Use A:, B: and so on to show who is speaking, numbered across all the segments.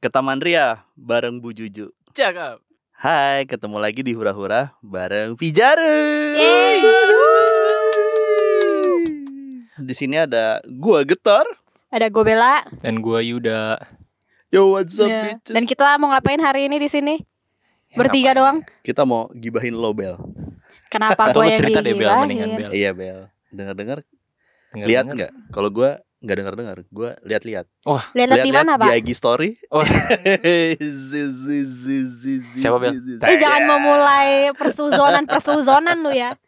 A: ke Taman Ria bareng Bu Juju.
B: Cakep.
A: Hai, ketemu lagi di Hura Hura bareng Pijaru.
C: Yeay.
A: Di sini ada gua Getar.
C: Ada gue Bella.
B: Dan gua Yuda.
A: Yo what's up
C: Ya.
A: bitches?
C: Dan kita mau ngapain hari ini di sini?
B: Ya,
C: Bertiga
B: ngapain?
C: doang.
A: Kita mau gibahin lo Bel.
C: Kenapa
B: Atau
C: gue
B: lu
C: yang
B: cerita deh Bel mendingan
C: digibahin?
B: Bel.
A: Iya Bel. Dengar-dengar
B: Dengar-
A: lihat
B: dengar.
A: nggak? Kalau gua nggak dengar-dengar, gua lihat-lihat.
C: Lihat-lihat di mana,
A: Lihat-lihat di
C: Pak?
A: IG story.
B: Oh.
A: Zi, zi, zi, zi, zi,
B: Siapa, Bel?
A: zi, zi.
C: Eh jangan memulai persuzonan-persuzonan lu ya.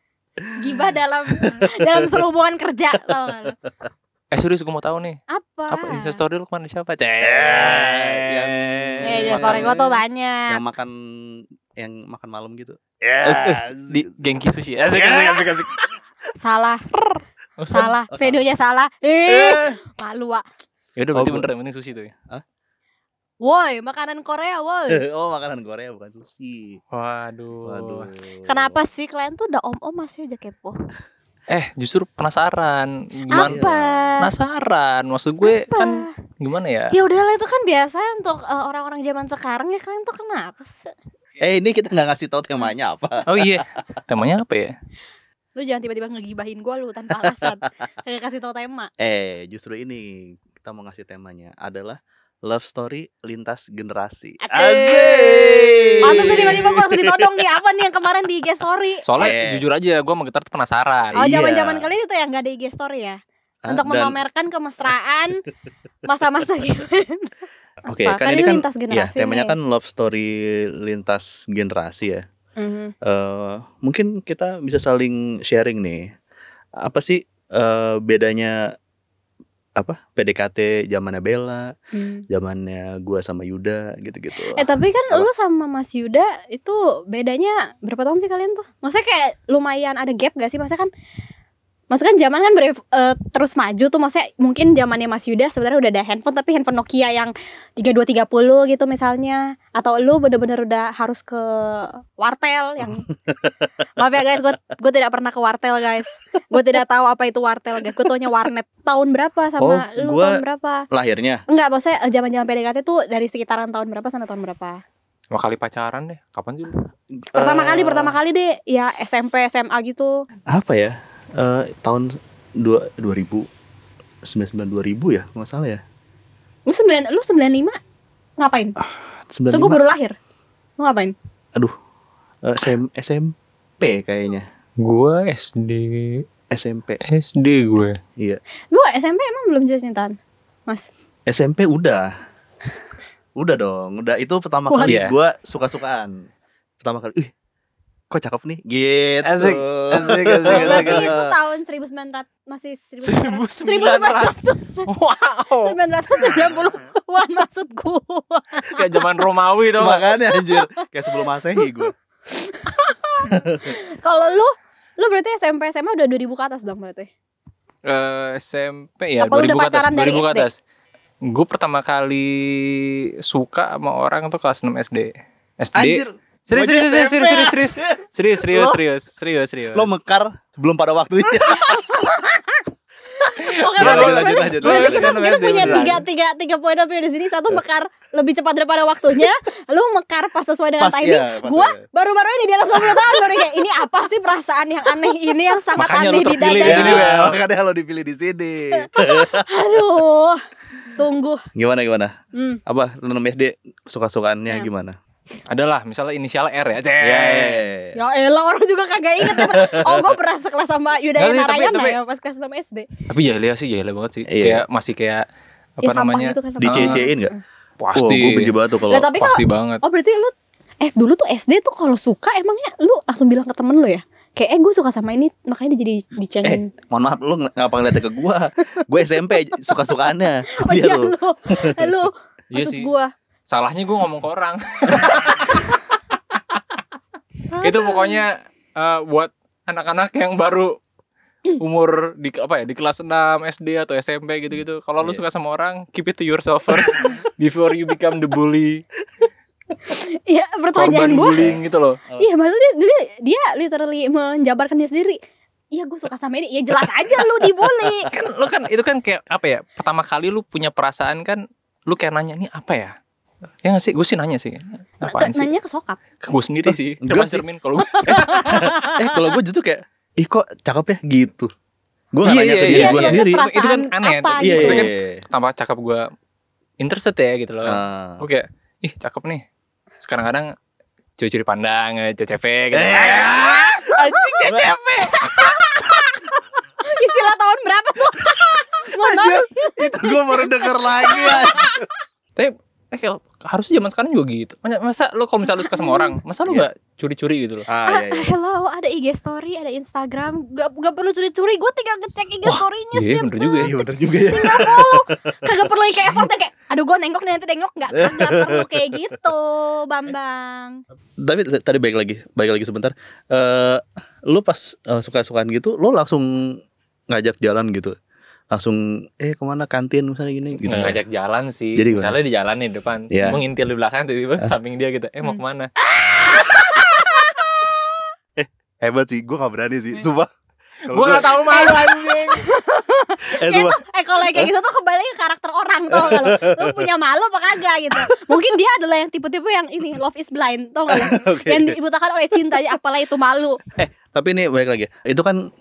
C: Gibah dalam dalam selubungan kerja tau gak lu?
B: Eh serius gua mau tahu nih.
C: Apa?
B: Apa Insta story lu kemana siapa? Cek.
A: Eh. yang-
C: Eh, ya, sorry gue tuh banyak.
A: Yang makan yang makan malam gitu.
B: Es, es, di Genki Sushi. Asik, asik, asik, asik.
C: Salah,
B: Oh,
C: salah.
A: Oh, salah.
C: Videonya salah. Eh,
A: Eh.
C: malu ah.
B: Ya udah
A: Oh,
B: berarti
A: gua-
B: bener yang penting sushi tuh ya.
C: Woi, makanan Korea, woi.
B: Eh.
A: Oh makanan Korea bukan sushi.
B: Waduh.
A: Waduh.
C: Oh. Kenapa sih kalian tuh udah om-om masih aja kepo?
B: Eh, justru penasaran. Gimana?
C: Apa?
B: Penasaran. Maksud gue kan gimana ya?
C: Ya udahlah itu kan biasa untuk eh, orang-orang zaman sekarang ya kalian tuh kenapa sih?
A: Eh ini kita nggak ngasih tahu temanya apa.
B: Oh iya. Temanya apa ya?
C: Lu jangan tiba-tiba ngegibahin gue lu tanpa alasan. Kagak kasih tau tema.
A: Eh justru ini kita mau ngasih temanya adalah love story lintas generasi.
C: Asik. Pantes tuh tiba-tiba gue langsung ditodong nih apa nih yang kemarin di IG story.
B: Soalnya
A: Eh.
B: jujur aja gue sama Getar tuh penasaran.
C: Oh
A: Iya.
C: zaman-zaman kalian itu yang gak ada IG story ya?
A: Hah?
C: Untuk
A: Ah, Dan-
C: memamerkan kemesraan masa-masa gimana?
A: Oke
C: Apa?
A: kan ini kan
C: lintas
A: ya
C: generasi
A: temanya
C: nih.
A: kan love story lintas generasi ya.
C: Mhm.
A: Eh mungkin kita bisa saling sharing nih. Apa sih eh, bedanya apa PDKT zamannya Bella,
C: Hmm.
A: zamannya gua sama Yuda gitu-gitu.
C: Eh tapi kan
A: Apa?
C: lu sama Mas Yuda itu bedanya berapa tahun sih kalian tuh? Maksudnya kayak lumayan ada gap gak sih? Maksudnya kan Maksudnya kan zaman kan ber- eh, terus maju tuh Maksudnya mungkin zamannya Mas Yuda sebenarnya udah ada handphone Tapi handphone Nokia yang 3230 gitu misalnya Atau lu bener-bener udah harus ke wartel yang Maaf ya guys, gue gue tidak pernah ke wartel guys Gue tidak tahu apa itu wartel guys Gue taunya warnet Tahun berapa sama
A: Oh,
C: lu
A: gua-
C: tahun berapa?
A: Lahirnya
C: Enggak, maksudnya eh, zaman-zaman PDKT tuh dari sekitaran tahun berapa sampai tahun berapa?
B: Dua kali pacaran deh. Kapan sih lu?
A: eh,
C: pertama kali pertama kali deh ya SMP SMA gitu
A: apa ya? Eh tahun dua 2000 99 2000 ya, nggak salah ya.
C: lu sembilan lu sembilan lima ngapain so
A: 95.
C: gue baru lahir lu ngapain
A: Eh, SM, SMP kayaknya.
B: Gue SD
A: SMP.
B: SD gue.
A: iya.
C: lu SMP emang belum jadi cintaan mas
A: SMP udah. Udah dong, udah itu pertama
C: Wah.
A: kali
B: Iya.
A: gua suka-sukaan. Pertama kali, ih kok cakep nih gitu.
B: Asik, asik, asik,
C: Oh,
B: asik,
C: berarti itu tahun 1900 masih 1900
B: Wow.
C: 1990-an maksud gue
B: Kayak zaman Romawi dong.
A: Makanya anjir, kayak sebelum masehi gua.
C: Kalau lu Lu berarti SMP SMA udah 2000 ke atas dong berarti
B: Eh, SMP ya
C: Apa lu
B: 2000
C: udah
B: ke atas,
C: pacaran dari
B: 2000 ke
C: SD?
B: atas. Gue pertama kali suka sama orang tuh kelas 6 SD. SD.
A: Anjir,
B: Serius,
A: gua aja
B: serius, serius,
A: SMP.
B: serius, serius, serius, serius,
A: Lo-
B: serius, serius, serius.
A: lo mekar belum pada waktunya.
C: Oke
A: Lanjut,
C: Oh,
A: Nah,
C: berarti-
A: lanjut,
C: berarti-
A: lanjut. Lanjut,
C: Berarti kita,
B: lanjut,
C: kita
B: lanjut,
C: punya
B: lanjut.
C: tiga, tiga, tiga point of view di sini Satu mekar lebih cepat daripada waktunya Lu mekar pas sesuai dengan
A: Pas,
C: timing
A: iya, pas,
C: Gua
A: iya.
C: baru-baru ini di atas 20 tahun Baru kayak ini apa sih perasaan yang aneh ini Yang sangat
B: Makanya lu
C: aneh di
B: terpilih di
C: dada
B: sini,
C: ini.
B: Bel.
A: ya, makanya lo dipilih di sini.
C: Aduh Sungguh
A: gimana gimana?
C: hmm.
A: Apa lu nama SD suka-sukaannya
C: Ya.
A: gimana? Iya,
B: Adalah misalnya inisial R ya. Cek.
A: Yeah.
C: Ya elah orang juga kagak inget Oh gue pernah sekelas sama
B: Tapi-
C: Yudhaya
B: tapi-
C: Narayana
B: tapi-
C: ya Pas kelas 6 SD
B: Tapi jahiliah sih, jahiliah banget sih.
A: Iya.
B: Kayak masih kayak apa
C: Ya sampah
B: namanya?
C: gitu kan
A: Di CC-in enggak? Wah,
B: Pasti.
A: gue benci banget tuh kalau
C: Lah tapi kalau
B: pasti
A: E.
B: banget.
C: Oh berarti lu Eh dulu tuh SD tuh kalau suka emangnya lu langsung bilang ke temen lu ya Kayak eh gue suka sama ini makanya dia jadi dicengin
A: Eh, mohon maaf lu ng- ngapa ngeliatnya ke gua gue SMP suka-sukaannya
C: Oh
A: dia
C: iya
A: tuh
C: lu Eh, Lu
B: Iya
C: maksud
B: sih.
C: gue
B: Salahnya gue ngomong ke orang. itu pokoknya eh, buat anak-anak yang baru umur di apa ya di kelas 6 SD atau SMP gitu-gitu. Kalau lu
A: Iya.
B: suka sama orang, keep it to yourself first before you become the bully,
C: Ya
B: korban
C: pertanyaan gue
B: bullying gitu loh.
C: Iya maksudnya dia, dia literally menjabarkan dia sendiri Iya gue suka sama ini Ya jelas aja lu dibully
B: Kan lu kan itu kan kayak apa ya? Pertama kali lu punya perasaan kan lu kayak nanya nih apa ya? Ya nggak sih, gue sih nanya sih. Apaan sih?
C: nanya ke sokap
B: Ke gue sendiri sih.
A: Oh, enggak
B: Coba
A: sih.
B: cermin kalau gue.
A: eh kalau gue justru kayak ih kok cakep ya gitu gue nggak
B: Iya,
A: nanya ke
B: iya,
A: diri
B: iya,
A: gue
B: iya,
A: sendiri
B: iya,
C: perasaan
B: Itu kan aneh,
C: apa
B: iya,
C: gitu.
B: iya. Tambah cakep gue interested ya gitu loh.
A: Ah.
B: Oke, ih cakep nih. Sekarang kadang curi-curi pandang, eh, CCP gitu.
A: Eh.
B: Ah,
A: anjing cecep
C: istilah tahun berapa tuh Mohon maaf.
A: anjir itu gue baru denger lagi
B: Tapi eh, kayak harusnya zaman sekarang juga gitu. Masa, masa lo kalau misalnya lo suka sama orang, masa lo
A: Iya.
B: nggak curi-curi gitu loh?
A: ah
C: Ah, hello, ada IG story, ada Instagram. Gak, gak perlu curi-curi, gue tinggal ngecek IG story-nya
B: Iya
C: setiap
B: bener juga ya.
A: iya bener juga ya
C: tinggal follow. Kagak perlu kayak effort yang kayak, aduh gue nengok nanti nengok nggak, kagak perlu kayak gitu, Bambang.
A: tapi t- tadi balik lagi balik lagi sebentar Eh lu pas eh, suka-sukaan gitu lu langsung ngajak jalan gitu langsung eh kemana kantin misalnya gini gitu
B: Nggak ngajak jalan sih.
A: Jadi gimana?
B: misalnya di jalan nih depan,
A: Iya. Ah.
B: terus mengintil di belakang tiba-tiba samping dia gitu. Eh mau kemana?
A: hebat sih gue gak berani sih sumpah
B: Gue nggak tahu malu
A: eh,
B: anjing.
C: Kayak tuh, eh kalau yang kayak gitu tuh kembali ke karakter orang tau gak lo? Lo punya malu apa kagak gitu? Mungkin dia adalah yang tipe-tipe yang ini, love is blind, tau gak lo? Yang dibutakan oleh cinta, ya, apalah itu malu.
A: Eh, tapi ini balik lagi itu kan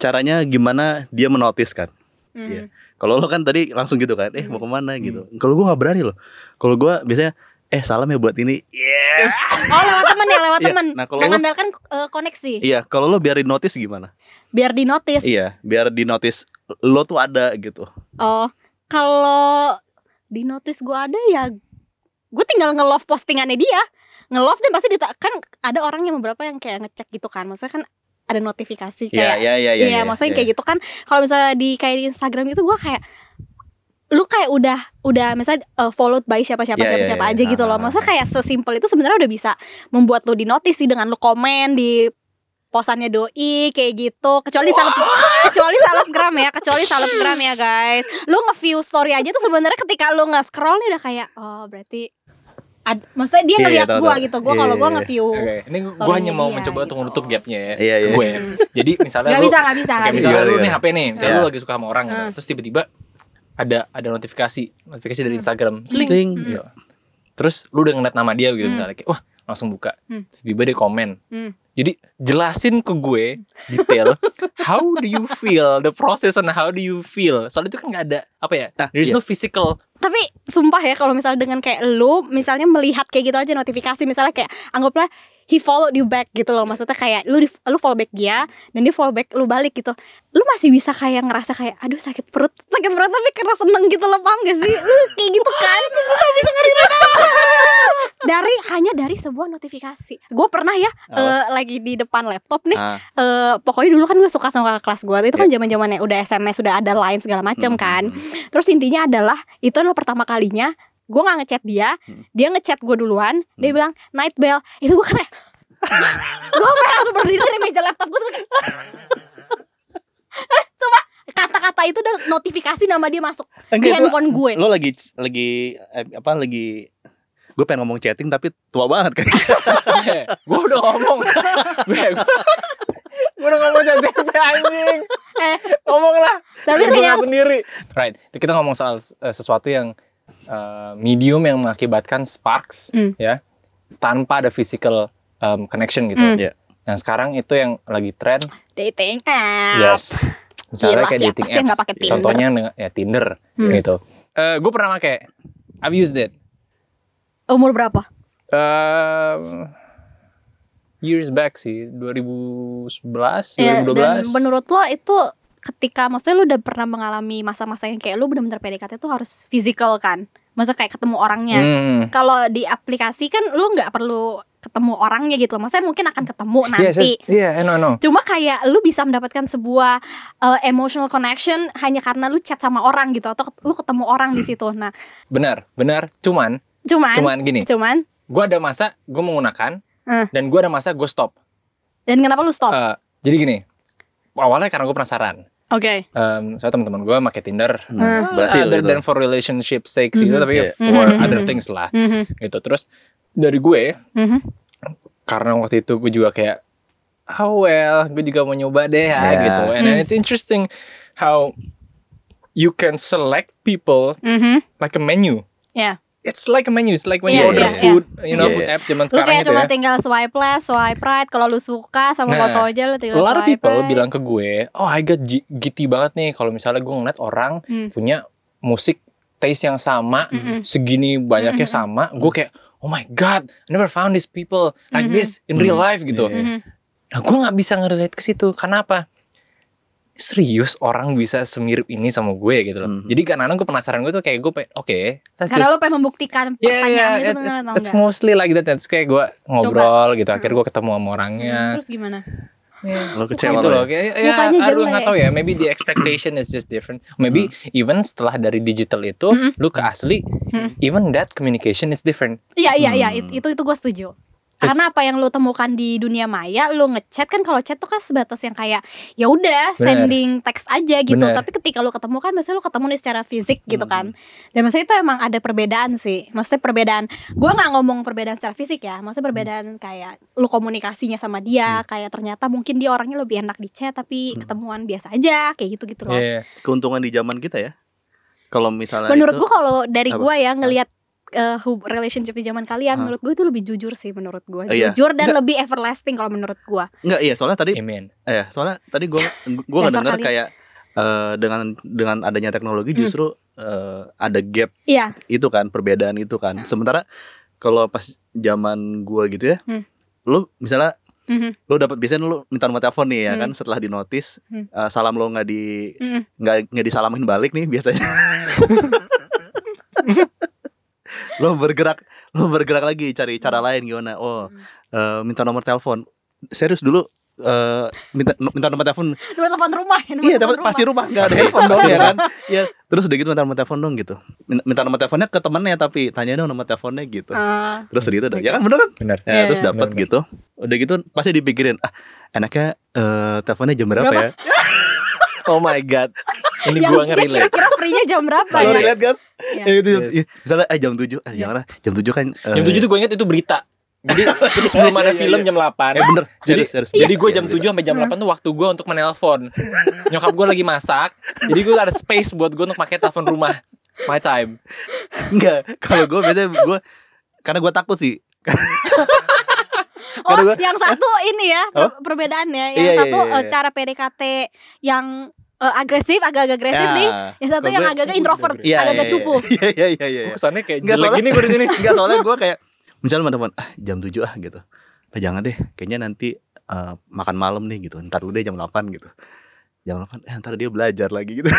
A: caranya gimana dia menotis kan
C: Hmm.
A: Iya. Kalau lo kan tadi langsung gitu kan, eh mau kemana gitu. Kalau gue nggak berani loh. Kalau gue biasanya, eh salam ya buat ini. Yes.
C: Oh lewat temen ya, lewat
A: Iya,
C: temen.
A: nah, kalau lo-
C: Mengandalkan eh, koneksi,
A: Iya. Kalau lo biar di notice gimana?
C: biar di notice.
A: Iya. Biar di notice lo tuh ada gitu.
C: Oh, kalau di notice gue ada ya, gue tinggal nge-love postingannya dia. Nge-love dan pasti dita- kan ada orang yang beberapa yang kayak ngecek gitu kan. Maksudnya kan ada notifikasi
A: Iya,
C: kayak
A: iya, iya,
C: Iya, maksudnya kayak gitu kan. Kalau misalnya di kayak di Instagram itu gue kayak lu kayak udah udah misalnya uh, followed by siapa-siapa
A: Iya, iya,
C: siapa-siapa
A: iya.
C: aja gitu
A: Ah.
C: loh. Maksudnya kayak sesimpel itu sebenarnya udah bisa membuat lu di notice sih dengan lu komen di posannya doi kayak gitu. Kecuali salep kecuali selebgram ya, kecuali selebgram ya guys. Lu nge-view story aja tuh sebenarnya ketika lu nge-scroll nih udah kayak oh berarti ad- maksudnya dia
A: Iya, iya,
C: ngeliat
A: tahu,
C: gua
A: tahu.
C: gitu. Gua
A: Iya,
C: kalau
A: iya,
C: gua
A: iya.
C: nge-view
B: Oke, ini gue
C: Story-nya
B: hanya mau
C: dia,
B: mencoba untuk
C: gitu.
B: menutup gapnya ya.
A: Iya,
B: ke
A: iya.
B: gue. Jadi misalnya
C: Gak
B: lu-
C: bisa, gak bisa.
B: Kayak
C: nggak bisa.
B: misalnya
A: Iya,
B: lu
A: iya.
B: nih HP nih, misalnya
A: Iya.
B: lu lagi suka sama orang
C: Hmm.
B: gitu. Terus tiba-tiba ada ada notifikasi, notifikasi
C: Hmm.
B: dari Instagram. Sling.
A: Sling.
C: Iya.
B: Gitu. Terus lu udah ngeliat nama dia gitu misalnya kayak wah, langsung buka.
C: Hmm.
B: Terus tiba dia komen.
C: Hmm.
B: Jadi jelasin ke gue detail how do you feel the process and how do you feel. Soalnya itu kan nggak ada apa ya?
A: Nah,
B: There is
A: iya.
B: no physical.
C: tapi sumpah ya kalau misalnya dengan kayak lu misalnya melihat kayak gitu aja notifikasi misalnya kayak anggaplah he followed you back gitu loh maksudnya kayak lu di- lu follow back dia dan dia follow back lu balik gitu lu masih bisa kayak ngerasa kayak aduh sakit perut sakit perut tapi karena seneng gitu loh paham gak sih lu kayak gitu kan gak bisa dari hanya dari sebuah notifikasi gue pernah ya
A: Apa?
C: eh, lagi di depan laptop nih
A: Ah,
C: eh, pokoknya dulu kan gue suka sama kakak kelas gue itu kan zaman zamannya udah sms udah ada line segala
A: Hmm,
C: macem kan Terus intinya adalah itu adalah pertama kalinya gue nggak ngechat dia,
A: Hmm.
C: dia ngechat gue duluan, dia
A: Hmm.
C: bilang night bell, itu gue kata, gue sampai langsung berdiri dari meja laptop gue suka, coba kata-kata itu dan notifikasi nama dia masuk di
A: Enggak itu
C: handphone gue.
A: lo lagi lagi eh, apa lagi gue pengen ngomong chatting tapi tua banget kan
B: gue Iya, udah ngomong. gue gue udah ngomong CCP anjing.
C: Eh,
B: Ngomong lah.
C: tapi
B: Iya, Gua
C: kayak
B: nggak sendiri. Right. Kita ngomong soal eh, sesuatu yang eh, medium yang mengakibatkan sparks
C: Hmm.
B: ya tanpa ada physical em, connection gitu.
C: Hmm.
A: Iya.
B: Yang sekarang itu yang lagi tren.
C: dating app.
B: Yes. Misalnya
C: Gila,
B: kayak
C: siapa
B: dating
C: sih yang
B: apps.
C: nggak pakai Tinder?
B: Contohnya dengan- ya Tinder
C: Hmm.
B: gitu. gue pernah pakai. I've used it.
C: Umur berapa?
B: Em, Eh, years back sih, 2011, 2012.
C: Ya, dan menurut lo itu ketika maksudnya lu udah pernah mengalami masa-masa yang kayak lu bener-bener PDKT tuh harus physical kan? Maksudnya kayak ketemu orangnya.
B: Hmm.
C: kalau di aplikasi kan lu nggak perlu ketemu orangnya gitu loh. Maksudnya mungkin akan ketemu nanti.
B: Yes, yes. Yeah, I know, I know.
C: Cuma kayak lu bisa mendapatkan sebuah uh, emotional connection hanya karena lu chat sama orang gitu atau lu ketemu orang di situ. Nah,
B: Benar, benar. Cuman,
C: cuman
B: Hmm. cuman gini.
C: cuman,
B: gue ada masa gue menggunakan
C: Eh.
B: dan gue ada masa gue stop.
C: dan kenapa lu stop?
B: Eh, jadi gini, awalnya karena gue penasaran.
C: Oke.
B: Em soalnya teman-teman gue pakai Tinder.
A: Hmm, berhasil
B: Ah, dan,
A: gitu.
B: dan for relationship sake sih,
C: Mhm.
B: tapi
A: Yeah.
B: for
C: Mhm,
B: other
C: mhm.
B: things lah.
C: Mhm,
B: Gitu. Terus dari gue
C: mhm.
B: karena waktu itu gue juga kayak oh well, gue juga mau nyoba deh ya
A: Yeah.
B: gitu. And then it's interesting how you can select people
C: Mhm.
B: like a menu.
C: Ya.
B: it's like a menu, it's like when
C: Iya,
B: you order
C: iya, iya.
B: food, you know
A: Iya,
B: food
A: iya.
B: app zaman
C: lu
B: sekarang
C: kayak
B: gitu
C: cuma
B: ya.
C: tinggal swipe left, swipe right. Kalau lu suka sama
B: Nah,
C: foto aja
B: A
C: lu tinggal
B: lot of
C: swipe Mhm.
B: people
C: right.
B: bilang ke gue, oh I got G- gitty banget nih kalau misalnya gue ngeliat orang
C: Hmm.
B: punya musik taste yang sama,
C: Mm-mm.
B: segini banyaknya
C: Mm-mm.
B: sama, gue kayak oh my god, I never found these people like
C: Mm-mm.
B: this in real
A: Mm.
B: life gitu.
A: Iya.
C: Mhm.
B: Nah gue nggak bisa ngerelate ke situ, kenapa? Serius orang bisa semirip ini sama gue gitu loh.
A: Mm.
B: Jadi kadang-kadang gue penasaran gue tuh kayak gue pengen, oke, let's
C: Karena
B: just-
C: lu pengen membuktikan
B: Iya, iya,
C: pertanyaan itu
B: it-
C: bener atau
B: It's
C: enggak.
B: mostly like that. It's kayak gue ngobrol gitu. Akhirnya gue ketemu sama orangnya.
C: Hmm, Terus gimana?
A: Lo
B: Kayak
A: kecewa
B: gitu
A: lo
B: loh.
A: ya?
B: Kayak, ya,
C: Mukanya
B: aduh,
C: jelek.
B: nggak tahu ya. Maybe the expectation is just different. Maybe even setelah dari digital itu,
C: Mm-mm.
B: lu ke asli,
C: Mm.
B: even that communication is different.
C: Iya iya iya
A: Hmm.
C: it- itu itu gue setuju. Karena apa yang lu temukan di dunia maya, lu ngechat kan kalau chat tuh kan sebatas yang kayak ya udah sending text aja gitu.
B: Bener.
C: Tapi ketika lu ketemu kan maksudnya lu ketemu nih secara fisik gitu
A: Hmm.
C: kan. Dan maksudnya itu emang ada perbedaan sih. Maksudnya perbedaan. Gua nggak ngomong perbedaan secara fisik ya. Maksudnya perbedaan kayak lu komunikasinya sama dia, kayak ternyata mungkin dia orangnya lebih enak di chat tapi ketemuan biasa aja kayak gitu-gitu loh.
B: Iya.
A: Keuntungan di zaman kita ya. Kalau misalnya Nah,
C: menurut
A: itu,
C: gue kalau dari
A: apa?
C: gue ya ngelihat eh, hub- relationship di zaman kalian
A: Hah?
C: menurut gue itu lebih jujur sih menurut gue
A: Oh, iya.
C: jujur dan
A: Enggak.
C: lebih everlasting kalau menurut gue
A: enggak iya soalnya tadi
B: Amen.
A: eh soalnya tadi gua gua nggak
C: Dasar
A: dengar
C: kali.
A: kayak eh, dengan dengan adanya teknologi
C: Hmm.
A: justru eh, ada gap
C: iya
A: itu kan perbedaan itu kan. Sementara kalau pas zaman gua gitu ya,
C: Hmm.
A: lu misalnya
C: Mhm,
A: lu dapat biasanya lu minta nomor telepon nih ya
C: Hmm.
A: kan setelah di notice
C: Hmm.
A: eh, salam lo nggak di
C: mhm.
A: nggak nggak disalamin balik nih biasanya lo bergerak lo bergerak lagi cari cara lain gimana oh
C: Hmm.
A: eh, minta nomor telepon serius dulu eh, minta minta nomor telepon
C: nomor telepon rumah ya, nomor
A: iya
C: telepon
A: dapat pasti rumah nggak ada
B: Pasti
A: handphone
B: rumah.
A: dong ya kan ya terus udah gitu minta nomor telepon dong gitu Minta- minta nomor teleponnya ke temennya tapi tanya dong nomor teleponnya gitu
C: Eh,
A: terus udah gitu udah ya kan bener kan
B: Bener.
A: ya,
C: Iya,
A: terus
C: iya.
A: dapat
B: Bener-bener.
A: gitu udah gitu pasti dipikirin ah enaknya eh, teleponnya jam berapa,
C: Berapa?
A: ya
B: Oh my god. Ini
C: yang
B: gue
C: dia
B: nggak relate.
C: kira-kira free-nya jam berapa
A: Kalau
C: ya?
A: relate kan?
C: Iya.
A: Ya, gitu,
B: Yes.
A: iya. Misalnya eh, jam 7, eh,
C: Iya.
A: jangan lah. Jam 7 kan eh,
B: Jam 7 tuh gue inget itu berita. Jadi terus sebelum
A: Iya,
B: ada
A: iya,
B: film
A: iya.
B: jam 8
A: Eh bener,
B: kan? Jadi,
A: serius, serius.
B: jadi gue
A: Iya,
B: jam
A: gitu.
B: 7 sampai jam 8 tuh waktu gue untuk menelpon Nyokap gue lagi masak Jadi gue ada space buat gue untuk pakai telepon rumah It's my time
A: Enggak, kalau gue biasanya gue karena gue takut sih.
C: Oh,
A: Karena gua-
C: yang satu ini ya per- perbedaannya. Yang
A: Iya, iya,
C: satu
A: iya,
C: eh,
A: iya.
C: cara PDKT yang eh, agresif, agak-agak agresif
A: Ya.
C: nih. Yang satu
A: Kalau
C: yang
A: gue-
C: agak-agak introvert,
A: Iya,
C: agak-agak
A: iya,
C: cupu.
A: Iya, iya, iya, iya.
B: Gue
A: iya.
B: kesannya kayak
A: Nggak,
B: jelek
A: soalnya-
B: gini gue di sini
A: Enggak, soalnya gue kayak misalnya teman-teman, ah jam 7 ah gitu. Nah, jangan deh, kayaknya nanti eh, makan malam nih gitu. Ntar udah jam 8 gitu. Jam 8, eh, ntar dia belajar lagi gitu.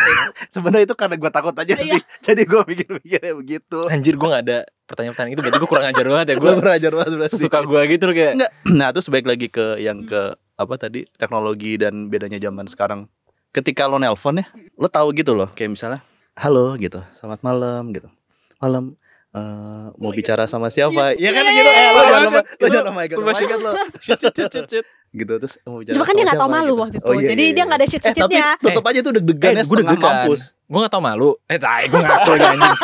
A: Sebenarnya itu karena gue takut aja
C: Iya.
A: sih. Jadi gue pikir-pikirnya begitu.
B: Anjir gue gak ada pertanyaan-pertanyaan itu Berarti gue kurang ajar banget ya
A: Gue
B: Gue
A: belajar banget pasti.
B: sesuka gue gitu loh kayak
A: Enggak. Nah, terus balik lagi ke yang ke apa tadi teknologi dan bedanya zaman sekarang. Ketika lo nelpon ya, lo tahu gitu loh, kayak misalnya, halo gitu, selamat malam gitu, malam eh, mau bicara sama siapa? Ya kan gitu, eh, lo
B: Oh my
A: jangan
B: God.
A: lo- lo jangan
B: Itu
A: oh my God, oh
B: sumpah
A: my
B: shit.
A: God, lo.
B: Shit, shit, shit, shit.
A: gitu terus mau bicara.
C: Cuma
A: sama
C: kan dia gak tau
A: siapa
C: malu
A: gitu.
C: waktu itu.
A: Oh, iya,
C: Jadi
A: iya,
C: dia
A: iya.
C: gak ada
A: Eh tapi
C: shit-shitnya.
A: tutup aja tuh deg-degannya
B: Eh, gue
A: setengah
B: deg-degan.
A: mampus.
B: Gue gak tau malu Eh tai gue ngaku ya anjing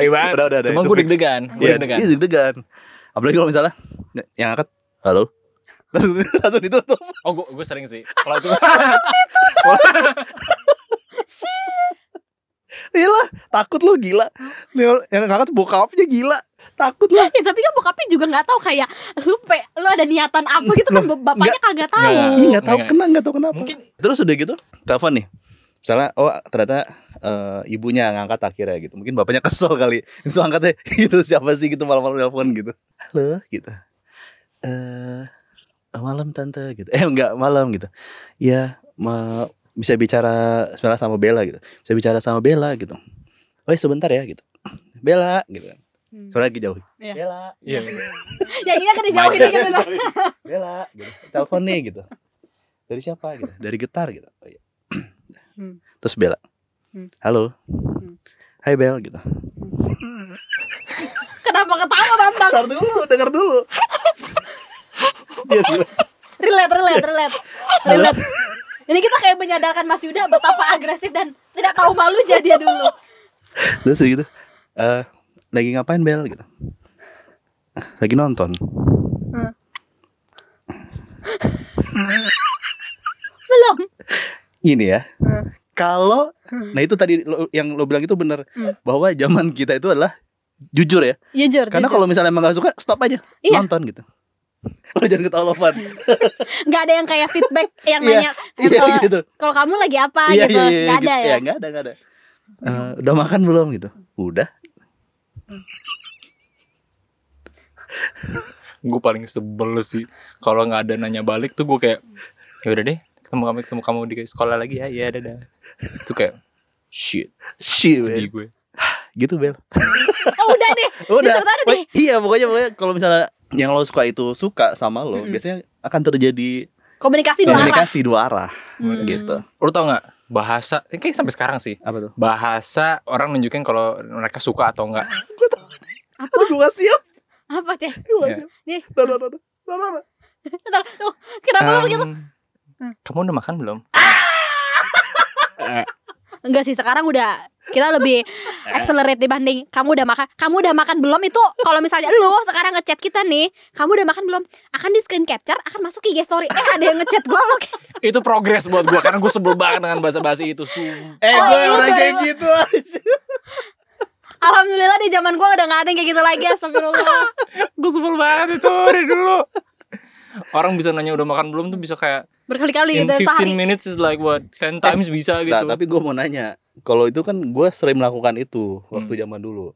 A: Ayo udah udah udah.
B: Cuma
A: itu
B: gue
A: fix.
B: deg-degan Gue
A: Iya,
B: deg-degan
A: iya, deg-degan. Apalagi kalau misalnya yang angkat, halo, langsung langsung ditutup.
B: Oh gue gue sering sih Kalau itu
A: Iya lah, takut lu gila. Leo- Yang ngangkat bokapnya gila. Takut lah.
C: Ya tapi kan bokapnya juga nggak tahu kayak lu pe, lu ada niatan apa gitu kan bapaknya kagak tahu.
B: Nggak.
A: Ih, enggak tahu
B: Enggak.
A: kena enggak tahu kenapa.
B: Mungkin
A: Terus udah gitu, telepon nih. Misalnya oh ternyata eh, ibunya ngangkat akhirnya gitu. Mungkin bapaknya kesel kali. Itu angkatnya itu siapa sih gitu malam-malam telepon gitu. Halo gitu. Eh malam tante gitu. Eh enggak malam gitu. Ya ma- bisa bicara sebenarnya sama Bella gitu. Bisa bicara sama Bella gitu. Oh ya sebentar ya gitu. Bella gitu. kan.
C: Hmm.
A: Suara lagi jauh.
C: Iya.
A: Bella.
B: Iya
C: Yang ini kan dijauhin
B: My God.
C: gitu loh.
A: Bella gitu. telepon nih gitu dari siapa gitu dari getar gitu Oh, iya.
C: Hmm.
A: terus Bella
C: Hmm.
A: halo
C: Hmm.
A: Hai Bel gitu
C: Kenapa ketawa Bambang?
A: Ntar dulu dengar dulu Iya, dulu.
C: Relate, relate, relate. Relate. Ini kita kayak menyadarkan Mas Yuda betapa agresif dan tidak tahu malu dia dulu.
A: terus gitu eh lagi ngapain Bel gitu lagi nonton
C: Belum.
A: ini ya
C: Hmm.
A: kalau nah itu tadi lo- yang lo bilang itu bener
C: Hmm.
A: bahwa zaman kita itu adalah jujur ya
C: Jujur,
A: karena
C: Iya, jujur.
A: kalau misalnya emang gak suka stop aja
C: Iya.
A: nonton gitu lo jangan ketawa Lovan
C: nggak ada yang kayak feedback yang
A: Iya,
C: nanya eh,
A: iya
C: kalau-
A: gitu
C: kalau kamu lagi apa
A: iya
C: gitu
A: iya iya
C: nggak ada
A: gitu.
C: ya
A: nggak ada nggak ada Eh, udah makan belum gitu udah
B: gue paling sebel sih kalau nggak ada nanya balik tuh gue kayak ya udah deh ketemu kamu ketemu kamu di sekolah lagi ya ya dadah itu kayak shit
A: Shit, Bel.
B: sedih gue
A: gitu bel
C: oh udah deh
A: udah
C: Disuruh taruh
A: Wah, iya pokoknya pokoknya kalau misalnya yang lo suka itu suka sama lo
C: Mm-mm.
A: biasanya akan terjadi
C: komunikasi dua arah
A: komunikasi dua arah
C: Hmm.
A: gitu
B: lo tau nggak bahasa ini kayak sampai sekarang sih
A: apa tuh
B: bahasa orang nunjukin kalau mereka suka atau enggak
C: apa
A: Aduh, gua siap Nah,
C: apa ceh
A: gua
B: Iya.
A: siap
C: Nih.
A: Dah, dah, dah, dah. Dah, dah, dah.
C: Bentar, tuh, kenapa
A: Nah.
C: lo begitu
B: Em, kamu udah makan belum
C: enggak sih sekarang udah kita lebih accelerate dibanding kamu udah makan kamu udah makan belum itu kalau misalnya lu sekarang ngechat kita nih kamu udah makan belum akan di screen capture akan masuk IG story eh ada yang ngechat gue lo
B: itu progres buat gue karena gue sebel banget dengan bahasa bahasa itu sumpah
A: eh
C: Oh,
A: gue
C: iya,
A: orang
C: iya,
A: kayak
C: iya.
A: gitu aja.
C: alhamdulillah di zaman gue udah nggak ada yang kayak gitu lagi astagfirullah
B: gue sebel banget itu dari dulu orang bisa nanya udah makan belum tuh bisa kayak
C: berkali-kali
B: in 15
C: gitu sehari
B: minutes is like what 10 times bisa gitu
A: Nah, tapi gue mau nanya kalau itu kan gue sering melakukan itu waktu zaman dulu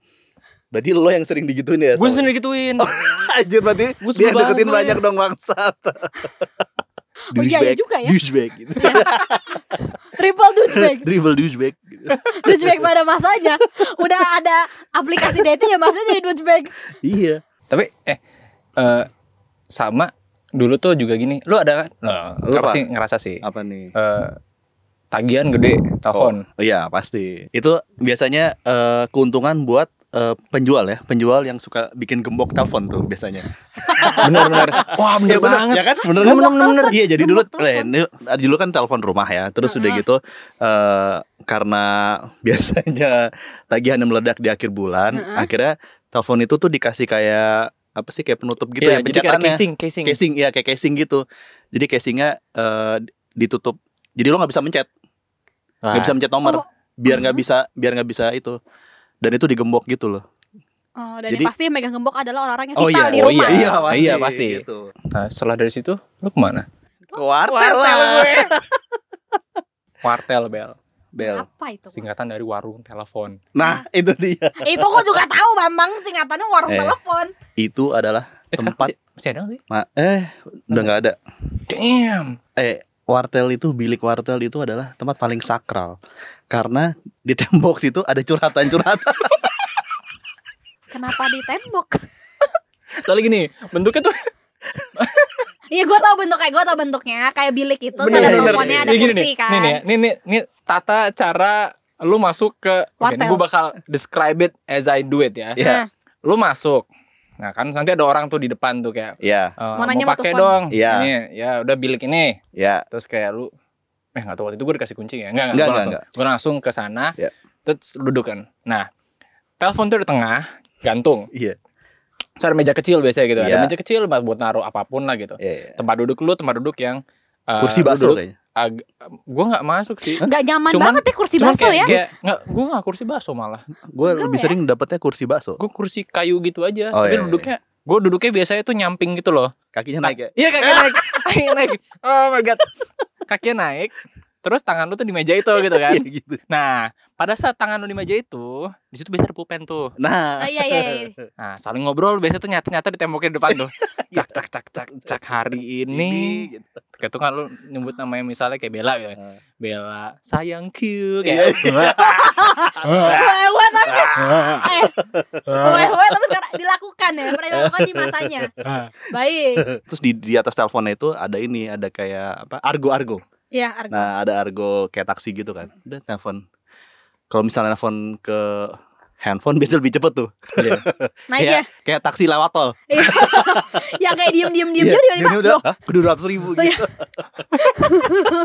A: berarti lo yang sering digituin ya
B: gue
A: sama-
B: sendiri gituin
A: Anjir berarti
B: Gua
A: dia
B: sebel
A: yang deketin
B: banget gua,
A: banyak dong bangsat.
C: ya. Oh, iya, iya juga ya. iya.
A: Douchebag gitu.
C: triple douchebag
A: Dribble douchebag. gitu.
C: douchebag pada masanya udah ada aplikasi dating ya masanya jadi douchebag
A: iya.
B: Tapi eh eh, sama dulu tuh juga gini. Lu ada kan? Lu
A: Apa?
B: pasti ngerasa sih.
A: Apa nih?
B: Eh, tagihan gede telepon.
A: Oh, iya pasti. Itu biasanya eh, keuntungan buat eh, penjual ya, penjual yang suka bikin gembok telepon tuh biasanya.
B: Bener bener. Wah,
A: Iya,
B: bener banget.
A: ya kan? Bener kan? Bener,
B: Gembok
A: bener, bener.
C: telepon.
A: Iya, jadi dulu
C: Gembok telepon.
A: eh, ini- dulu kan telepon rumah ya. Terus udah gitu eh, karena biasanya tagihan yang meledak di akhir bulan, akhirnya telepon itu tuh dikasih kayak apa sih kayak penutup gitu ya
B: Iya, jadi kayak
A: pencetannya.
B: casing, casing.
A: casing ya kayak casing gitu jadi casingnya eh, ditutup jadi lo nggak bisa mencet
B: Wah,
A: nggak bisa mencet nomor
C: Oh.
A: biar nggak bisa biar nggak bisa itu dan itu digembok gitu loh
C: oh dan
A: Jadi-
C: yang pasti yang megang gembok adalah orang-orang yang vital di
B: Oh,
C: rumah
B: iya. Iya, pasti.
A: pasti gitu.
B: nah, setelah dari situ lu kemana?
A: Ke wartel lah
B: gue. Wartel bel,
A: bel
C: apa itu Eh,
B: singkatan dari warung telepon.
A: nah itu dia
C: itu aku juga tahu bambang singkatannya warung
A: Eh.
C: telepon
A: itu adalah
B: Eh, sekarang
A: Tempat.
B: masih- masih ada nggak sih?
A: ma- eh udah nggak ada
B: Damn.
A: eh wartel itu bilik wartel itu adalah tempat paling sakral karena di tembok situ ada curhatan-curhatan
C: kenapa di tembok
B: Soalnya gini, bentuknya tuh
C: Iya gue tau bentuknya, gue tau bentuknya kayak bilik itu
A: Bener,
C: ada
A: bener,
C: teleponnya ada
B: Ya, gini
C: kursi
B: nih,
C: kan.
B: Nih, nih, ya, nih, nih, nih, tata cara lu masuk ke Oke,
C: Wartel.
B: gue bakal describe it as I do it ya.
A: Iya.
B: Lu masuk. Nah, kan nanti ada orang tuh di depan tuh kayak
A: ya
B: eh,
C: Mau nanya, mau
B: pakai
C: telepon."
B: dong.
A: Iya.
B: Ini, ya udah bilik ini.
A: ya
B: Terus kayak lu eh enggak tahu waktu itu gue dikasih kunci ya. Enggak,
A: Nggak,
B: enggak, gue
A: nggak,
B: langsung. Gue langsung ke sana.
A: Iya.
B: Terus duduk kan. Nah, telepon tuh di tengah, gantung.
A: iya
B: Terus ada meja kecil biasanya gitu. Ada
A: Iya.
B: meja kecil buat buat naruh apapun lah gitu.
A: iya, Ah, iya.
B: Tempat duduk lu, tempat duduk yang eh,
A: kursi
B: lu
A: bakso
B: duduk
A: kayaknya
B: ag- Gue nggak masuk sih.
C: Gak nyaman
B: Cuman-
C: banget ya kursi
B: Cuman
C: baso
B: kayak- gitu.
C: ya.
B: Kayak, nggak, gue nggak kursi baso malah.
A: gue
C: Enggak
A: lebih
C: ya?
A: sering dapetnya kursi bakso
B: Gue kursi kayu gitu aja.
A: Oh, iya,
B: tapi
A: iya.
B: duduknya, gue duduknya biasanya tuh nyamping gitu loh.
A: kakinya naik ya
B: Iya kaki naik, kaki naik. Oh my god, kakinya naik. Terus tangan lu tuh di meja itu gitu
A: Iya,
B: kan.
A: gitu
B: Nah, pada saat tangan lu di meja itu, di situ biasa ada pulpen tuh.
A: nah
C: Oh, iya iya iya.
B: Nah, saling ngobrol biasanya tuh nyata-nyata di temboknya di depan tuh.
A: Iya.
B: Cak cak cak cak cak hari ini.
A: gitu.
B: Kayak tuh kan lu nyebut namanya misalnya kayak Bella gitu.
A: Ah.
B: Bella, sayang cute
A: Iya,
B: kayak. gitu.
C: Wah, wah, tapi eh, wah, wah, tapi sekarang dilakukan ya, pernah dilakukan di masanya. Baik.
A: terus di di atas teleponnya itu ada ini ada kayak apa argo argo
C: Iya, Argo.
A: nah ada argo kayak taksi gitu kan udah telepon kalau misalnya telepon ke handphone biasa lebih cepet tuh
B: Iya.
C: Naik ya.
A: kayak, kayak taksi lewat tol
C: Iya. yang kayak diem diem diem
A: Iya,
C: diem tiba-tiba
A: jadi udah
C: loh. Oh, iya.
A: "Hah, udah ratus ribu gitu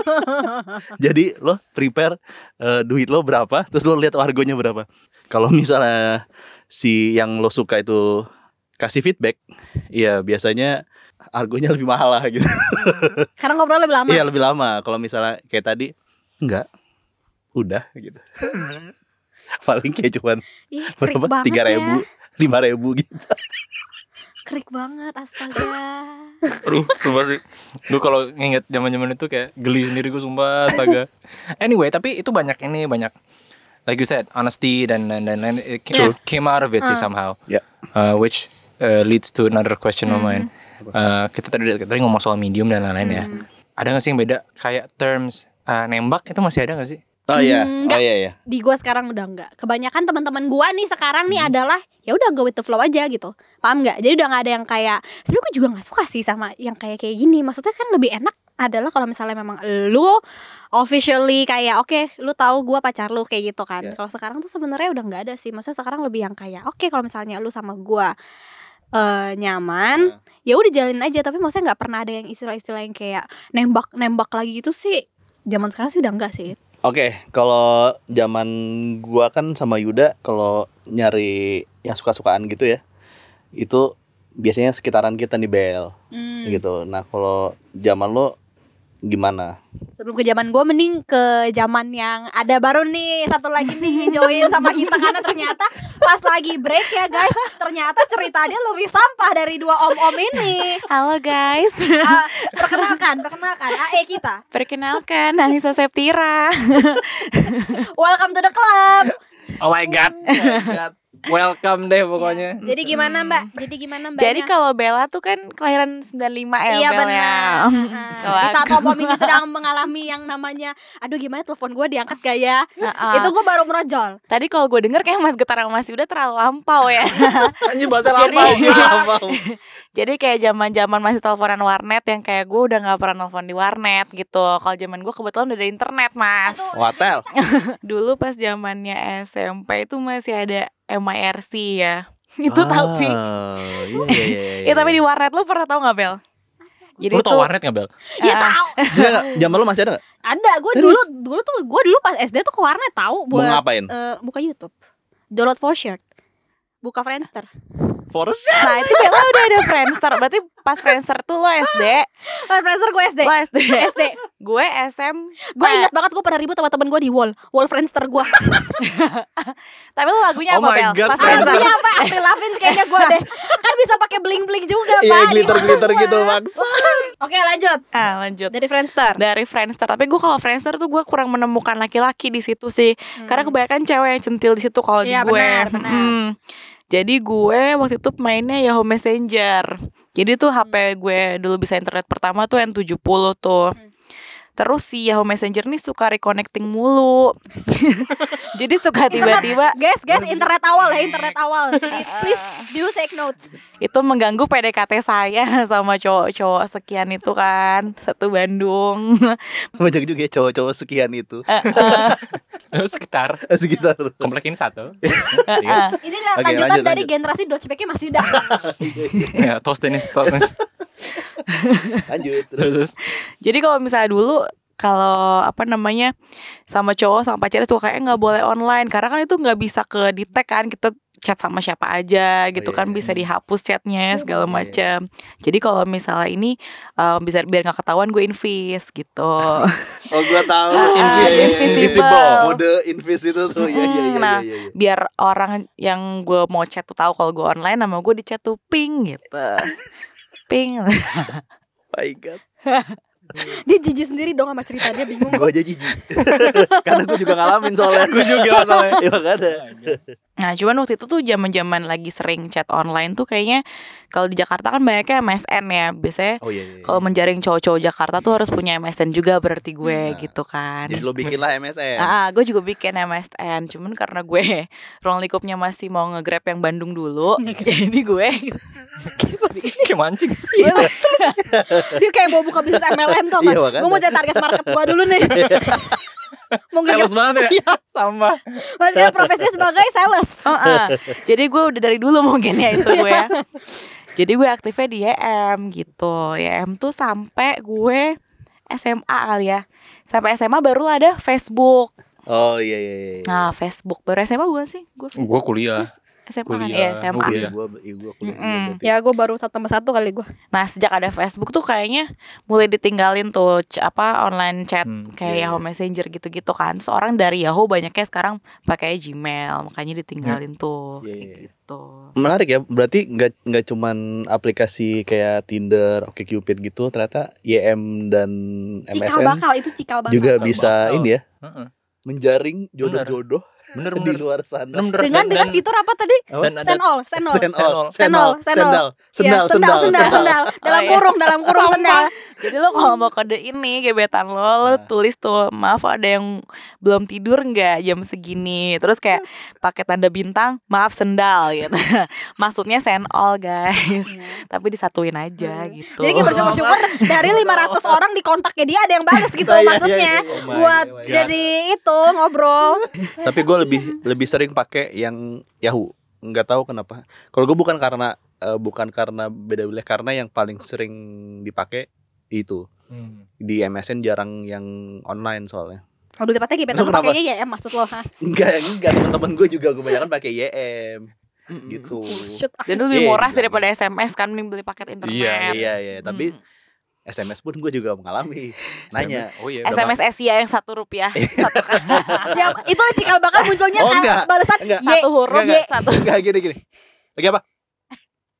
A: jadi lo prepare eh, duit lo berapa terus lo lihat argonya berapa kalau misalnya si yang lo suka itu kasih feedback ya biasanya argonya lebih mahal lah gitu
C: Karena ngobrol lebih lama.
A: Iya lebih lama. Kalau misalnya kayak tadi enggak, udah gitu. Paling kayak cuman
C: Ih, freak
A: berapa?
C: banget
A: Tiga ribu,
C: ya.
A: lima ribu gitu
C: Krik banget astaga.
B: Aduh, sumpah sih. Gue kalau nginget zaman-zaman itu kayak geli sendiri gue sumpah astaga. Anyway, tapi itu banyak ini banyak like you said honesty dan dan dan, lain it ca-
C: True.
B: came out of it sih somehow.
A: Yeah.
B: Uh, which uh, leads to another question of mine. Uh, kita tadi tadi ngomong soal medium dan lain-lain ya. Ada gak sih yang beda kayak terms uh, nembak itu masih ada gak sih?
A: oh iya
C: Hmm,
A: oh
C: Enggak.
A: iya iya
C: Di gua sekarang udah enggak. Kebanyakan teman-teman gua nih sekarang nih adalah ya udah go with the flow aja gitu. Paham nggak? Jadi udah nggak ada yang kayak sebenarnya gua juga nggak suka sih sama yang kayak kayak gini. Maksudnya kan lebih enak adalah kalau misalnya memang lu officially kayak oke lu tahu gua pacar lu kayak gitu kan.
A: Ya.
C: Kalau sekarang tuh sebenarnya udah nggak ada sih. Maksudnya sekarang lebih yang kayak oke kalau misalnya lu sama gua eh, nyaman ya udah jalin aja tapi maksudnya nggak pernah ada yang istilah-istilah yang kayak nembak nembak lagi gitu sih zaman sekarang sih udah enggak sih
A: Oke, kalau zaman gua kan sama Yuda kalau nyari yang suka-sukaan gitu ya. Itu biasanya sekitaran kita nih BL
D: Hmm.
A: gitu. Nah, kalau zaman lo gimana?
C: Sebelum ke zaman gue mending ke zaman yang ada baru nih satu lagi nih join sama kita karena ternyata pas lagi break ya guys ternyata ceritanya lebih sampah dari dua om-om ini.
D: Halo guys,
C: Ah, perkenalkan, perkenalkan AE kita.
D: perkenalkan Anissa Septira.
C: Welcome to the club.
B: Oh my god. Welcome deh pokoknya.
C: Jadi gimana Mbak? Jadi gimana Mbak?
D: Hmm. Jadi kalau Bella tuh kan kelahiran 95 ya
C: Iya
D: Bella.
C: benar.
D: Hmm.
C: Ah,
D: Kalau
C: Di saat
D: aku-
C: om-om ini sedang mengalami yang namanya aduh gimana telepon gue diangkat gak ya?
D: Heeh.
C: Itu gue baru merojol.
D: Tadi kalau gue denger kayak Mas Getar sama Mas Yuda terlalu lampau ya.
B: Anjir bahasa
D: Jadi-
B: lampau.
D: Jadi kayak zaman-zaman masih teleponan warnet yang kayak gue udah nggak pernah nelfon di warnet gitu. Kalau zaman gue kebetulan udah ada internet mas.
C: Aduh.
A: Hotel.
D: Dulu pas zamannya SMP itu masih ada MIRC ya. itu tapi,
A: Ah, iya, iya, iya, iya.
D: ya tapi di warnet lu pernah tau nggak Bel? Jadi
B: Lu
D: tuh-
B: tau warnet gak Bel?
C: Ya
D: Ah.
C: tahu.
A: Iya, nggak? zaman lo masih ada nggak?
C: Ada, gue
A: Serius?
C: dulu dulu tuh gue dulu pas SD tuh ke warnet tahu
A: Mau
C: buat
A: ngapain?
C: eh, buka YouTube. Download for shirt. Buka Friendster.
A: Forest.
D: Nah itu Bella udah ada Friendster Berarti pas Friendster tuh lo SD
C: Pas Oh, Friendster gue SD.
D: Lo SD
C: SD.
D: Gue SM
C: Gue ingat banget gue pernah ribut sama temen gue di wall. Eh. Wall Friendster gue.
D: Tapi lo
B: Oh
D: lagunya apa
B: my
D: Bel?
B: God,
D: Pas
C: Ah,
D: Friendster
C: lagunya apa? Avril Lavigne kayaknya gue deh. Kan bisa pakai bling-bling juga, Pak.
A: Iya,
C: di
A: glitter-glitter
C: bawah.
A: gitu, Max.
C: Oke, lanjut.
D: Ah lanjut
C: Dari Friendster.
D: dari Friendster tapi gue kalau Friendster tuh gue kurang menemukan laki-laki di situ sih karena kebanyakan cewek yang centil di situ kalau
C: Hmm. Iya,
D: di gue
C: benar, benar.
D: Mm. jadi gue waktu itu mainnya Yahoo Messenger jadi tuh HP gue dulu bisa internet pertama tuh yang 70 tuh
C: Hmm.
D: Terus si Yahoo Messenger nih suka reconnecting mulu Jadi suka tiba-tiba
C: Guys, guys, internet awal ya, internet awal. Please do take notes.
D: itu mengganggu PDKT saya sama cowok-cowok sekian itu kan satu Bandung Eh,
A: Banyak juga ya cowok-cowok sekian itu.
B: Sekitar
A: Sekitar.
B: komplek ini satu.
A: Iya.
C: Ini adalah
A: Oke,
C: lanjutan
A: lanjut,
C: dari
A: lanjut.
C: generasi Dodgebag-nya masih ada.
B: ya, toast Dennis, toast Dennis.
A: Lanjut. Terus.
B: Terus
D: Jadi kalau misalnya dulu kalau apa namanya sama cowok sama pacarnya suka kayak nggak boleh online karena kan itu nggak bisa ke detect kan kita chat sama siapa aja gitu
A: iya,
D: kan
A: iya.
D: bisa dihapus chatnya segala
A: iya.
D: macam. Jadi kalau misalnya ini eh, bisa biar nggak ketahuan gue invis gitu.
A: Oh, gua tahu.
D: Invis-
A: Iya, iya, iya, iya.
D: Ah, invisible.
A: Mode invis itu tuh. Iya, iya, iya,
D: Nah.
A: iya, iya.
D: biar orang yang gue mau chat tuh tahu kalau gue online nama gue di chat tuh ping gitu. ping.
A: My God.
C: Dia jijik sendiri dong sama ceritanya, bingung.
A: gue aja jijik karena gue juga ngalamin soalnya
B: Gua juga masalahnya.
A: ya makanya
D: Nah, cuman waktu itu tuh zaman-zaman lagi sering chat online tuh kayaknya kalau di Jakarta kan banyaknya MSN ya. Biasanya
A: oh iya, iya.
D: kalau menjaring cowok-cowok Jakarta tuh harus punya MSN juga berarti gue
A: Nah.
D: gitu kan.
A: jadi lo bikin lah MSN
D: Ah, ah, gue juga bikin MSN, cuman karena gue ruang lingkupnya masih mau nge-grab yang Bandung dulu, jadi gue
B: kayak mancing.
C: Dia kayak mau buka bisnis MLM tuh
A: Iya,
C: kan.
A: makanya.
C: Gue mau cari target market gue dulu nih. mau ngejar
B: Sales banget ya. Sama.
C: maksudnya profesinya sebagai sales.
D: Oh, ah. Jadi gue udah dari dulu mungkin ya itu gue ya. Jadi gue aktifnya di YM gitu. YM tuh sampai gue SMA kali ya. Sampai SMA baru ada Facebook.
A: oh iya iya iya
D: Ah. Nah, Facebook baru SMA bukan sih? Gue
B: Gue kuliah.
D: SMA kan
B: Kuliah.
D: ya SMA.
B: Kuliah.
A: Iya, gua iya, gua kuliah. juga
D: Mm-mm.
A: berarti.
C: Ya gue baru satu tambah satu kali gue
D: Nah sejak ada Facebook tuh kayaknya mulai ditinggalin tuh c- apa online chat
B: Hmm,
D: kayak
A: iya, iya.
D: Yahoo Messenger gitu-gitu kan. Seorang dari Yahoo banyaknya sekarang pakai Gmail makanya ditinggalin tuh
A: Iya,
D: kayak
A: iya.
D: gitu.
A: Menarik ya, berarti nggak nggak cuman aplikasi kayak Tinder, OkCupid gitu, ternyata YM dan
C: Cikal
A: MSN
C: bakal itu cikal bakal
A: juga
B: Cikal
A: bisa
B: bakal.
A: ini ya,
B: Heeh.
A: menjaring jodoh-jodoh
B: Bener
A: di
B: bener.
A: luar sana.
B: Bener, bener.
C: Dengan
B: Dan-
C: dengan
B: dan-
C: fitur apa tadi?
A: Apa?
B: dan ada
C: Send all, send all.
A: Send all, send
C: Sendal,
A: all, sendal, sendal,
C: Ya, sendal, sendal, sendal. Dalam
D: Oh, iya.
C: kurung, dalam kurung
D: Sampah.
C: sendal.
D: Jadi lo kalau mau kode ini gebetan lo, lo
A: Nah.
D: tulis tuh maaf ada yang belum tidur nggak jam segini. Terus kayak pakai tanda bintang, maaf sendal gitu. Maksudnya send all guys.
A: Iya.
D: Tapi disatuin aja
C: Hmm.
D: gitu.
C: Jadi kayak bersyukur-syukur dari 500 orang di kontaknya dia ada yang balas gitu
A: Oh, Iya,
C: maksudnya. Buat
B: God.
C: jadi itu ngobrol.
A: Tapi gue lebih lebih sering pakai yang Yahoo. Nggak tahu kenapa. Kalau gue bukan karena eh, bukan karena beda wilayah, karena yang paling sering dipakai itu
B: Hmm.
A: di MSN jarang yang online soalnya.
C: Kalau beli patah gebetan
A: Itu
C: lu
A: kenapa?
C: pakainya ya em, maksud lo. Hah?
A: Enggak, enggak teman-teman gue juga kebanyakan pakai YM
D: Mm-mm.
A: gitu.
C: Bullshit.
D: Dan lu lebih
A: Iya,
D: murah
A: iya.
D: sih daripada SMS kan mending beli paket internet.
B: Iya,
A: Iya, iya, tapi
C: Mm.
D: Hmm.
A: SMS pun gue juga mengalami. Nanya.
B: SMS. Oh iya.
A: Udah
D: SMS Asia yang satu rupiah
A: Iya.
D: satu, kan,
C: Ya, itu lah cikal bakal munculnya
A: Oh,
C: kan
A: enggak.
C: balasan
A: Enggak.
C: Y.
D: satu huruf
A: Enggak,
D: satu
A: Enggak gini gini. Lagi apa?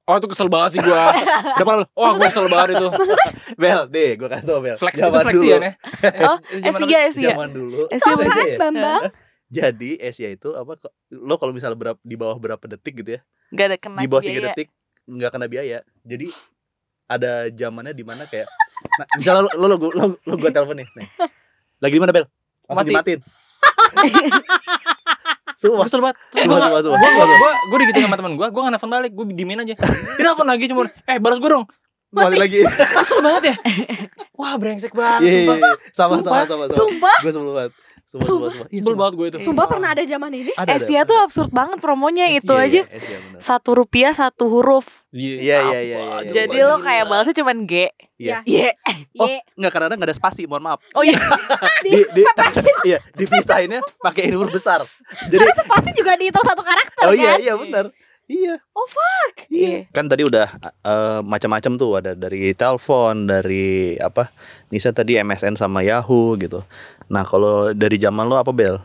B: Oh itu kesel banget sih gua.
A: Udah malam.
B: Wah gua kesel banget itu.
A: Bel, deh, gue kasih tau Bel.
B: Flex itu
A: Zaman
B: flex
A: dulu.
B: ya nih.
D: Oh, Asia Asia
A: Zaman dulu.
D: Asia
C: Iya.
A: Zaman
D: apaan,
A: ya?
C: Bambang.
A: Jadi Asia itu apa ko- lo kalau misalnya berapa di bawah berapa detik gitu ya,
D: nggak ada kena
A: di bawah tiga
D: biaya.
A: detik nggak kena biaya. Jadi ada zamannya di mana kayak nah, misalnya lo lo lo, lo, lo gua telepon nih, nih. Lagi di mana Bel? Langsung
B: Mati.
A: dimatiin. Sumpah,
B: Gua Kesel banget. Terus
A: sumpah,
B: gua
A: sumpah, sumpah.
B: gue gue gue gue digituin sama teman gue gue nelfon balik gue diemin aja dia nelfon lagi cuma eh balas gue dong
A: Mati lagi.
B: kesel banget ya wah brengsek banget
A: Iya, iya,
B: sumpah
A: iya. Sama, sama,
B: Sumpah.
A: sama, sama.
C: Sumpah,
A: Gue sebel banget. Sumpah, sumpah, sumpah. Iya,
B: sebel banget gue itu
C: sumpah pernah ada zaman ini.
A: Ada, ada.
D: Asia tuh absurd banget promonya
A: Asia,
D: itu
A: iya,
D: aja
A: Asia, benar.
D: satu rupiah satu huruf.
A: Iya, iya, iya,
B: apa
A: iya,
B: aja,
D: Jadi
B: gua
D: lo
B: gila.
D: kayak balasnya cuman G.
A: Iya.
D: Iya.
A: Oh.
C: Y.
A: Enggak karena enggak ada spasi, mohon maaf.
D: Oh iya.
A: Di, di, iya, dipisahinnya pakai huruf besar. Jadi
C: Karena sepasi juga dihitung satu karakter
A: Oh iya
C: kan.
A: iya benar. Iya.
C: Oh,
A: fuck. Iya. Kan tadi udah eh, macam-macam tuh ada dari telepon, dari apa? Nisa tadi MSN sama Yahoo gitu. Nah, kalau dari zaman lo apa Bel?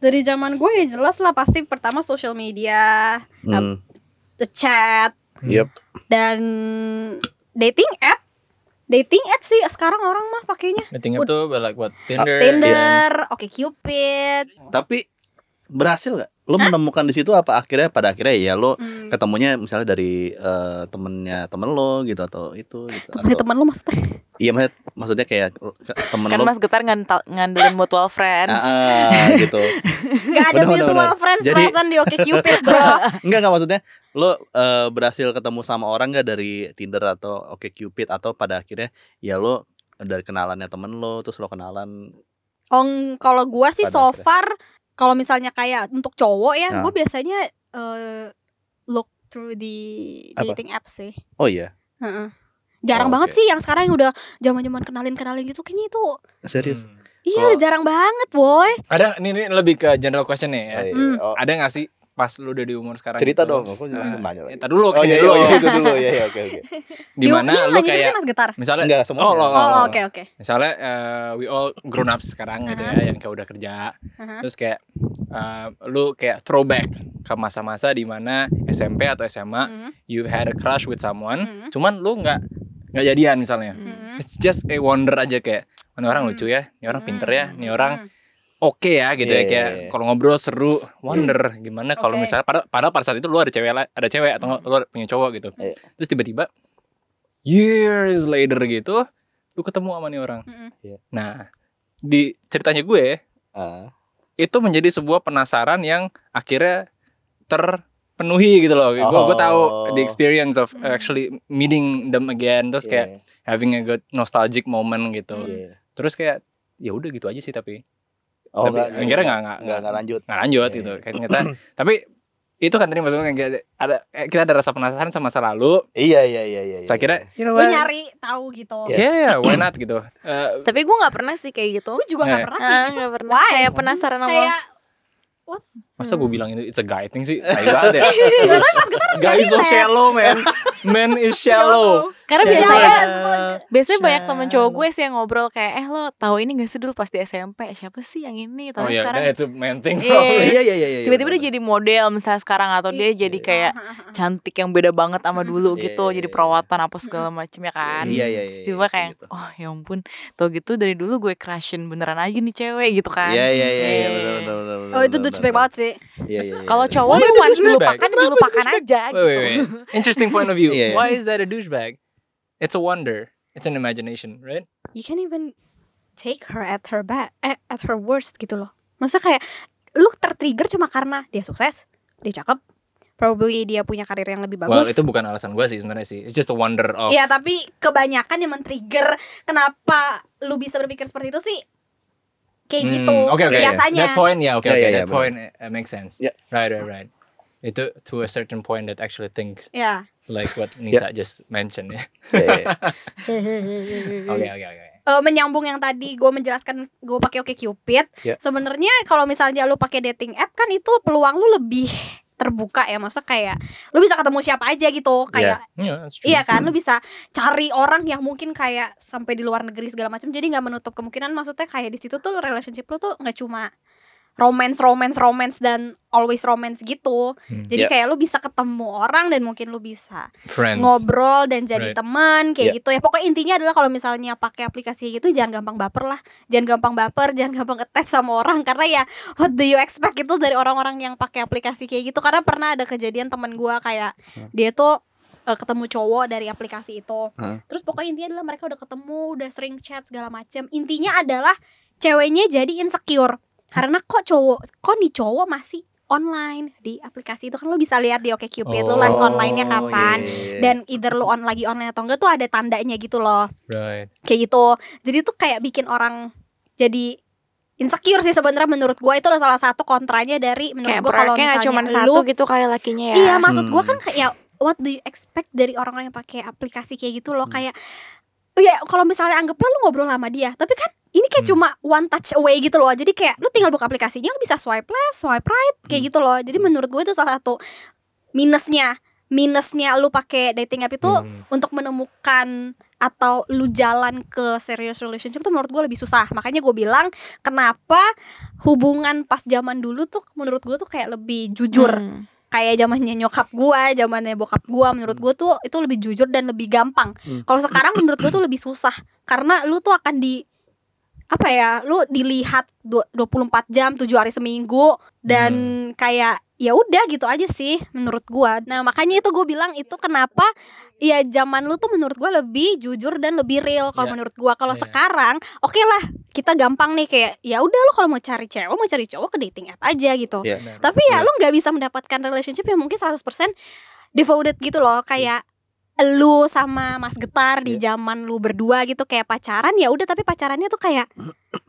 C: Dari zaman gue ya jelas lah pasti pertama social media,
A: Hmm. iya.
C: the chat,
A: Yep.
C: dan dating app dating app sih sekarang orang mah pakainya
B: dating app tuh like what
A: Iya.
B: Tinder
C: Oh, Tinder, Oke Cupid,
A: Tapi berhasil nggak? Lo menemukan di situ apa akhirnya pada akhirnya ya lo
C: hmm.
A: ketemunya misalnya dari eh, temennya temen lo gitu atau itu gitu. Atau-
C: teman lu maksudnya?
A: iya maksudnya, maksudnya kayak temen
D: Kan
A: lo
D: Mas Getar ngantal, ngandelin mutual friends.
A: Ah, ah, gitu.
C: Gak ada
A: Bener, bener,
C: mutual
A: bener.
C: friends
A: Jadi-
C: perasaan di Oke Cupid bro.
A: Enggak enggak maksudnya lo eh, berhasil ketemu sama orang enggak dari Tinder atau OkCupid atau pada akhirnya ya lo dari kenalannya temen lo terus lo kenalan
C: Ong kalau gua sih
A: Pada
C: so
B: ya.
A: akhirnya.
C: far kalau misalnya kayak untuk cowok ya,
A: Nah.
C: gua biasanya eh, look through the
A: Apa?
C: dating app sih.
A: oh iya
C: Heeh.
A: Oh,
C: Jarang
A: oke.
C: banget sih yang sekarang yang udah zaman-zaman kenalin-kenalin gitu kayaknya itu.
A: serius
B: Hmm.
C: Iya,
B: Kalau-
C: udah jarang banget, boy.
B: ada ini, ini lebih ke general question nih ya
A: Oh, iya.
C: Hmm.
A: Oh,
B: ada nggak sih pas lu udah di umur sekarang
A: cerita
B: gitu,
A: dong aku jangan
B: eh,
A: nanya lagi
B: Entar dulu
A: oh iya
B: kesini dulu.
A: iya iya, itu dulu iya iya oke oke
B: Di mana
C: Ini
B: lu
C: nanya siapa
B: kayak
C: sih Mas Getar?
B: misalnya
A: enggak semuanya
B: Oh, lo, lo.
C: Oh, oke oke.
B: misalnya eh, we all grown up sekarang gitu ya yang kayak udah kerja
C: Aha.
B: terus kayak eh, lu kayak throwback ke masa-masa di mana SMP atau SMA
C: Mhm,
B: you had a crush with someone
C: mhm,
B: cuman lu nggak nggak jadian misalnya
C: mhm.
B: it's just a wonder aja kayak ini orang
C: Hmm.
B: lucu ya ini orang pinter ya ini
C: Hmm.
B: orang oke ya gitu
A: Iya,
B: ya
A: iya,
B: kayak
A: iya.
B: kalau ngobrol seru wonder gimana kalau
C: Iya. Oke. Hmm.
B: misalnya pada padahal pada saat itu lu ada cewek la- ada cewek atau nggak, lu ada punya cowok gitu
A: Iya.
B: terus tiba-tiba years later gitu lu ketemu sama nih orang
C: Mm-mm.
A: Iya.
B: nah di ceritanya gue
A: Ah,
B: itu menjadi sebuah penasaran yang akhirnya terpenuhi gitu loh gue gue tahu
A: Oh.
B: the experience of
C: Hmm.
B: actually meeting them again terus
A: iya,
B: kayak having a good nostalgic moment gitu
C: Hmm.
A: iya.
B: terus kayak ya udah gitu aja sih tapi
A: oh
B: tapi akhirnya nggak nggak
A: enggak
B: nggak
A: lanjut
B: nggak lanjut
A: Iya,
B: gitu
A: iya.
B: kayak ternyata tapi itu kan tadi maksudnya kayak ada eh, kita ada rasa penasaran sama masa lalu
A: iya iya iya iya
B: saya
A: iya.
B: kira you know
C: Gue
B: what?
C: nyari tahu gitu.
A: Iya.
B: yeah, yeah, why not gitu Eh,
D: Tapi gue nggak pernah sih kayak gitu.
C: Gue juga nggak
B: Iya.
C: pernah
D: Ah,
C: kayak gitu.
D: nggak pernah.
C: Why?
D: Kayak penasaran sama
C: Kayak What's
B: Masa gue bilang itu it's a guy thing sih? Tai banget ya. Guy is so
C: relate.
B: shallow man. Man is shallow.
D: Karena
B: Shallow.
D: biasanya
C: Shallow.
D: biasanya
B: Shallow.
D: banyak temen cowok gue sih yang ngobrol kayak eh lo tahu ini gak sih dulu pas di SMP siapa sih yang ini
B: Oh
D: tapi
B: iya,
D: sekarang
B: yeah, it's a man thing
D: Iya,
B: probably.
A: iya iya iya.
D: tiba-tiba dia jadi model misalnya sekarang atau dia jadi kayak cantik yang beda banget sama dulu
A: Iya,
D: gitu
A: iya,
D: jadi
A: iya.
D: perawatan apa segala macem ya kan
A: Iya, iya,
D: Terus
A: iya,
D: tiba
A: iya,
D: kayak
A: gitu.
D: oh ya ampun tau gitu dari dulu gue crushin beneran aja nih cewek gitu kan
A: Iya iya iya iya
D: Eh.
A: benar benar benar.
C: Oh itu tuh cepet banget sih.
A: Iya iya.
D: kalau
A: iya.
D: cowok
B: Why
D: lu
B: is it
D: once
B: douchebag?
D: dilupakan
B: Kenapa
D: dilupakan aja
B: Wait, wait,
D: gitu
B: wait. Interesting point of view.
A: Yeah, yeah.
B: Why is that a douchebag? It's a wonder. It's an imagination, right?
C: You can even take her at her bad, eh, at her worst gitu loh. Maksudnya kayak lu tertrigger cuma karena dia sukses, dia cakep, probably dia punya karir yang lebih
B: Well,
C: bagus.
B: itu bukan alasan gue sih sebenarnya sih. It's just a wonder of.
C: Iya tapi kebanyakan yang men-trigger kenapa lu bisa berpikir seperti itu sih kayak
B: Hmm,
C: gitu
B: Oke oke.
C: biasanya.
B: That point ya, oke
A: Yeah, yeah,
B: oke.
A: yeah,
B: That
A: benar.
B: point eh, makes sense.
A: Yeah.
B: Right, right, right. Itu to a certain point that actually thinks
C: Ya.
B: like what Nisa just mentioned ya.
A: Iya, iya.
B: Oke oke oke.
C: Eh, menyambung yang tadi gue menjelaskan gue pakai Oke Cupid.
A: Ya.
C: Sebenarnya kalau misalnya lu pakai dating app kan itu peluang lu lebih terbuka ya, maksudnya kayak lu bisa ketemu siapa aja gitu, kayak
B: Yeah, that's true.
C: iya kan, lu bisa cari orang yang mungkin kayak sampai di luar negeri segala macam, jadi nggak menutup kemungkinan maksudnya kayak di situ tuh relationship lu tuh nggak cuma romance romance romance dan always romance gitu.
B: Hmm.
A: Ya.
C: Jadi kayak lu bisa ketemu orang dan mungkin lu bisa
B: Friends.
C: ngobrol dan jadi
B: Right.
C: teman kayak
A: Ya.
C: gitu ya pokoknya intinya adalah kalau misalnya pakai aplikasi gitu jangan gampang baper lah jangan gampang baper jangan gampang ngetes sama orang karena ya what do you expect itu dari orang-orang yang pakai aplikasi kayak gitu karena pernah ada kejadian teman gua kayak dia tuh eh, ketemu cowok dari aplikasi itu
A: Hah?
C: terus pokoknya intinya adalah mereka udah ketemu udah sering chat segala macem intinya adalah ceweknya jadi insecure karena kok cowok kok nih cowok masih online di aplikasi itu kan lo bisa lihat di OkCupid lo last
B: Oh,
C: online-nya
A: iya,
C: kapan
A: iya, iya.
C: dan either lu on lagi online atau enggak tuh ada tandanya gitu loh
B: Right.
C: kayak gitu jadi tuh kayak bikin orang jadi insecure sih sebenarnya menurut gua itu adalah salah satu kontranya dari menurut
D: kayak
C: gua kalau
D: berarti
C: misalnya
D: nggak cuma
C: lu-
D: satu gitu kayak lakinya ya
C: iya maksud gua
A: Hmm.
C: kan kayak what do you expect dari orang-orang yang pakai aplikasi kayak gitu
B: Hmm.
C: loh kayak ya kalau misalnya anggaplah lu ngobrol sama dia tapi kan ini kayak
B: Hmm.
C: cuma one touch away gitu loh jadi kayak lu tinggal buka aplikasinya lu bisa swipe left swipe right kayak
B: Hmm.
C: gitu loh jadi menurut gue itu salah satu minusnya minusnya lu pakai dating app itu
B: Hmm.
C: untuk menemukan atau lu jalan ke serious relationship tuh menurut gue lebih susah makanya gue bilang kenapa hubungan pas zaman dulu tuh menurut gue tuh kayak lebih jujur
D: Hmm.
C: kayak zamannya nyokap gue zamannya bokap gue menurut gue tuh itu lebih jujur dan lebih gampang
A: Hmm.
C: kalau sekarang menurut gue tuh lebih susah karena lu tuh akan di apa ya lu dilihat du- 24 jam 7 hari seminggu dan
B: Hmm.
C: kayak ya udah gitu aja sih menurut gua. Nah, makanya itu gue bilang itu kenapa ya zaman lu tuh menurut gua lebih jujur dan lebih real kalau
B: Iya.
C: menurut gua. Kalau
B: Iya.
C: sekarang oke lah kita gampang nih kayak ya udah lu kalau mau cari cewek mau cari cowok ke dating app aja gitu.
A: Iya.
B: Benar.
C: Tapi ya lu nggak bisa mendapatkan relationship yang mungkin 100% devoted gitu loh kayak lu sama Mas Getar di
A: Iya.
C: zaman lu berdua gitu kayak pacaran ya udah tapi pacarannya tuh kayak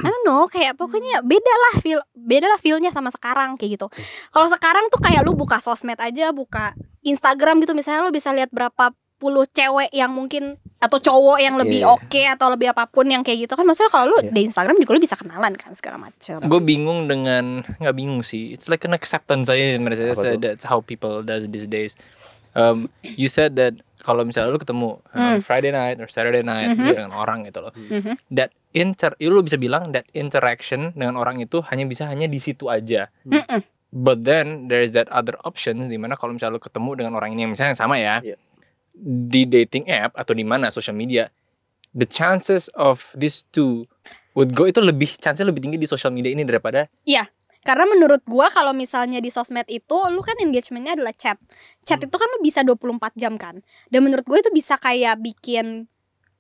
C: I don't know kayak pokoknya beda lah feel beda lah feelnya sama sekarang kayak gitu. Kalau sekarang tuh kayak lu buka sosmed aja buka Instagram gitu misalnya lu bisa lihat berapa puluh cewek yang mungkin atau cowok yang lebih
A: Iya.
C: oke atau lebih apapun yang kayak gitu kan maksudnya kalau lu
A: Iya.
C: di Instagram juga lu bisa kenalan kan segala macam.
B: gue bingung dengan nggak bingung sih it's like an acceptance aja
A: Apa
B: sebenarnya That's- uh,
A: tuh?
B: that's how people does these days um, you said that kalau misalnya lu ketemu on Friday night or Saturday night
C: Mhm.
B: gitu dengan orang gitu loh
C: Mhm.
B: that inter ya lu bisa bilang that interaction dengan orang itu hanya bisa hanya di situ aja
C: Mm-mm.
B: but then there is that other option dimana kalau misalnya lu ketemu dengan orang ini yang misalnya yang sama ya
A: Iya.
B: di dating app atau di mana social media the chances of these two would go itu lebih chance lebih tinggi di social media ini daripada
C: Karena menurut gua kalau misalnya di sosmed itu lu kan engagementnya adalah chat. Chat
A: Hmm.
C: itu kan lu bisa 24 jam kan. Dan menurut gue itu bisa kayak bikin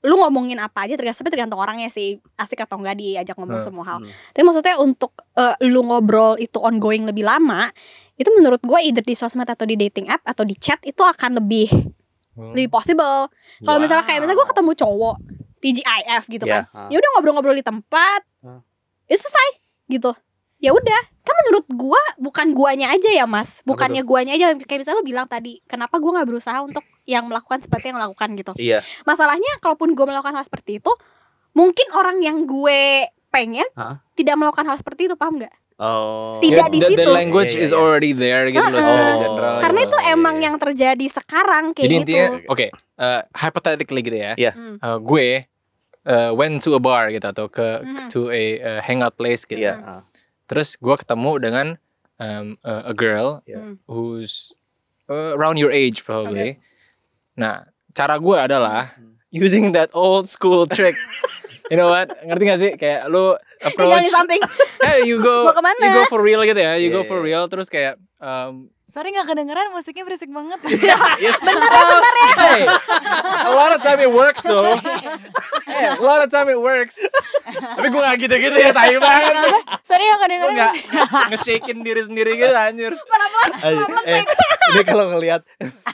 C: lu ngomongin apa aja tergantung tapi tergantung orangnya sih asik atau enggak diajak ngomong
B: Hmm.
C: semua hal.
A: Hmm.
C: Tapi maksudnya untuk eh, lu ngobrol itu ongoing lebih lama, itu menurut gua either di sosmed atau di dating app atau di chat itu akan lebih lebih possible. Kalau misalnya kayak misalnya gue ketemu cowok TGIF gitu
A: Iya,
C: kan,
A: ah.
C: ya udah ngobrol-ngobrol di tempat,
A: Ah.
C: itu selesai gitu. Ya udah, kan menurut gua bukan guanya aja ya mas, bukannya guanya aja kayak misalnya lo bilang tadi, kenapa gua nggak berusaha untuk yang melakukan seperti yang melakukan gitu.
A: Iya.
C: Masalahnya kalaupun gua melakukan hal seperti itu, mungkin orang yang gue pengen
A: Ah.
C: tidak melakukan hal seperti itu paham nggak?
A: Oh.
B: Ya,
C: Tidak di
B: the, the
C: situ.
B: language
A: Iya, iya,
B: is
A: iya.
B: already there gitu loh
C: Heeh.
B: secara general.
A: Oh,
C: Karena
B: gitu.
C: itu emang yang terjadi sekarang kayak
B: Jadi
C: gitu.
B: intinya oke, eh, hypothetically gitu ya.
A: Iya.
C: Hmm.
B: Eh, gue eh, went to a bar gitu atau ke
C: Mhm.
B: to a eh, hangout place gitu.
A: Iya. ah.
B: Terus gue ketemu dengan um, a a girl
C: Hmm.
A: Yeah.
B: who's uh, around your age probably. Nah, cara gue adalah using that old school trick. you know what? Ngerti gak sih? Kayak lu
C: Tinggal
B: approach,
C: di samping.
B: hey you go,
C: Mau kemana?
B: you go for real gitu ya, you
A: Iya,
B: go for
A: iya.
B: real. Terus kayak um,
D: Sorry nggak kedengeran musiknya berisik banget.
B: yes, bentar ya, bentar ya. Hey, a lot of time it works though. Hey, a lot of time it works. Tapi gue gak gitu-gitu ya, tai banget.
D: Sorry nggak
B: Gue
D: kedengeran.
B: gak nge-shakein diri sendiri gitu anjir.
A: Ayo, eh, dia kalau ngelihat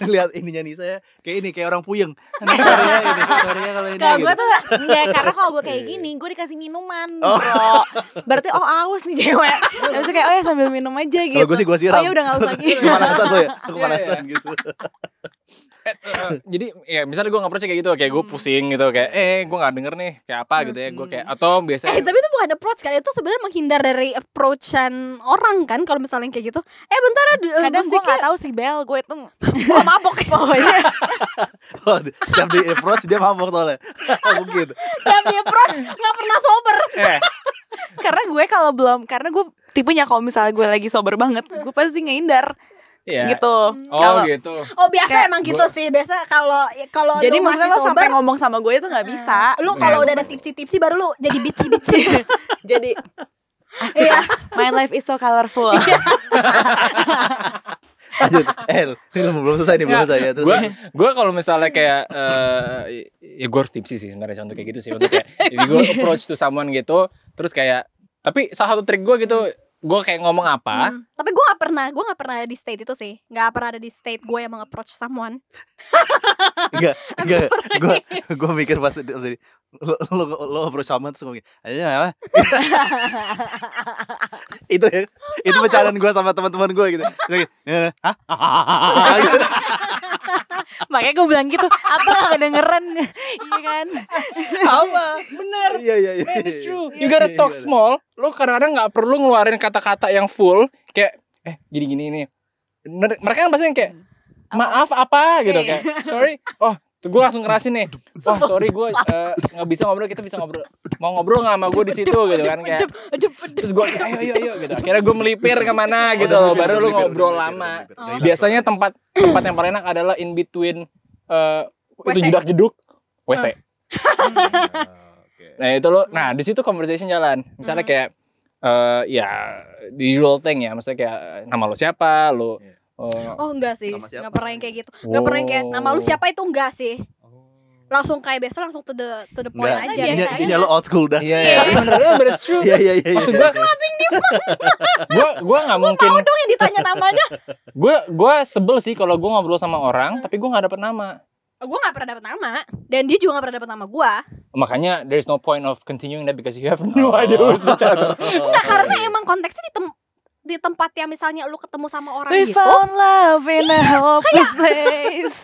A: ngelihat ininya nih saya kayak ini kayak orang puyeng. Ini suaranya ini suaranya kalau ini.
D: Kalau
A: gitu.
D: gue tuh enggak, karena kalau gue kayak
A: Iya, iya.
D: gini, gue dikasih minuman,
A: Oh.
D: bro. Berarti oh aus nih cewek. Terus kayak oh ya sambil minum aja gitu.
A: Kalau gue sih gue siram.
D: Oh ya udah nggak usah gitu.
A: Kepanasan lo ya,
B: Iya,
A: kepanasan gitu.
B: Eh, eh, jadi ya misalnya gue nggak percaya kayak gitu kayak gue pusing gitu kayak eh gue nggak denger nih kayak apa gitu ya gue kayak atau biasanya
C: Eh tapi itu bukan approach kan itu sebenarnya menghindar dari approachan orang kan kalau misalnya kayak gitu. Eh bentar ya eh,
D: Kadang gue
C: musiknya-
D: nggak tahu sih Bel, gue itu oh, mabok pokoknya.
A: Oh, setiap di approach dia mabok soalnya. Mungkin.
C: tiap di approach nggak pernah sober.
B: eh
D: karena gue kalau belum, karena gue tipenya kalau misalnya gue lagi sober banget, gue pasti ngehindar
B: iya.
D: gitu.
B: oh
D: Kalau-
B: gitu
C: Oh biasa
D: Kayak
C: emang gitu sih. Biasa kalau kalau
D: Jadi
C: lu masih
D: maksudnya lo
C: sober
D: sampai ngomong sama gue itu nggak bisa.
C: lu kalau
A: Iya.
C: udah ada tipsi-tipsi baru lu jadi bici-bici.
D: Jadi asik
C: Iya.
D: ah, my life is so colorful.
A: Lanjut. Eh, ini belum selesai nih, belum selesai ya. Terus
B: gue gue kalau misalnya kayak eh ya gue harus tipsi sih sebenarnya contoh kayak gitu sih untuk kayak jadi gue approach to someone gitu terus kayak tapi salah satu trik gue gitu gue kayak ngomong apa
C: Hmm. Tapi gue gak pernah, gue gak pernah ada di state itu sih Gak pernah ada di state gue yang meng-approach someone
A: enggak enggak gue gue mikir pas tadi lo lo lo ngobrol sama terus ngomongin aja apa itu ya itu pecahan gue sama teman-teman gue gitu Terus gini, hah Gitu.
D: Makanya gue bilang gitu, apa nggak kedengeran? Iya kan?
A: apa
D: Bener.
A: iya iya iya
B: It's
A: iya.
B: true. You gotta
A: Iya,
B: talk
A: iya.
B: small. Lo kadang-kadang nggak perlu ngeluarin kata-kata yang full. Kayak eh gini-gini nih. Bener- Mereka kan pasti yang kayak maaf apa gitu kayak sorry. Oh gue langsung ngerasin nih. Wah sorry gue eh, nggak bisa ngobrol. Kita bisa ngobrol. Mau ngobrol nggak sama gue di situ gitu kan kayak. Terus gue ayo ayo ayo gitu. Akhirnya gue melipir kemana gitu loh. Baru lo ngobrol lama. Biasanya tempat tempat yang paling enak adalah in between eh itu
C: WC.
B: jedak jeduk WC.
A: Oke.
B: Nah itu lo, nah di situ conversation jalan. Misalnya kayak eh ya the usual thing ya, maksudnya kayak nama lo siapa, lo
A: Iya.
B: eh,
C: Oh enggak sih,
A: Sama siapa? Oh.
C: gak pernah yang kayak gitu Gak pernah yang kayak, nama lu
B: Wow.
C: siapa itu enggak sih Langsung kayak biasa langsung to the, to the point
A: Enggak,
C: aja
D: Iya,
A: intinya,
C: biasanya.
A: intinya lo out school dah
B: Iya, iya, bener, iya, but it's true.
A: iya iya iya iya.
B: Maksud gue, gue gue nggak mungkin,
C: Mau dong yang ditanya namanya
B: gue gue sebel sih kalau gue ngobrol sama orang, tapi gue nggak dapet nama.
C: Gue gak pernah dapet nama Dan dia juga gak pernah dapet nama gue
B: Makanya there's no point of continuing that because you have no idea who's each other.
C: Enggak karena emang konteksnya di, tem- di tempat yang misalnya lu ketemu sama orang
D: We
C: gitu
D: found love in a hopeless place.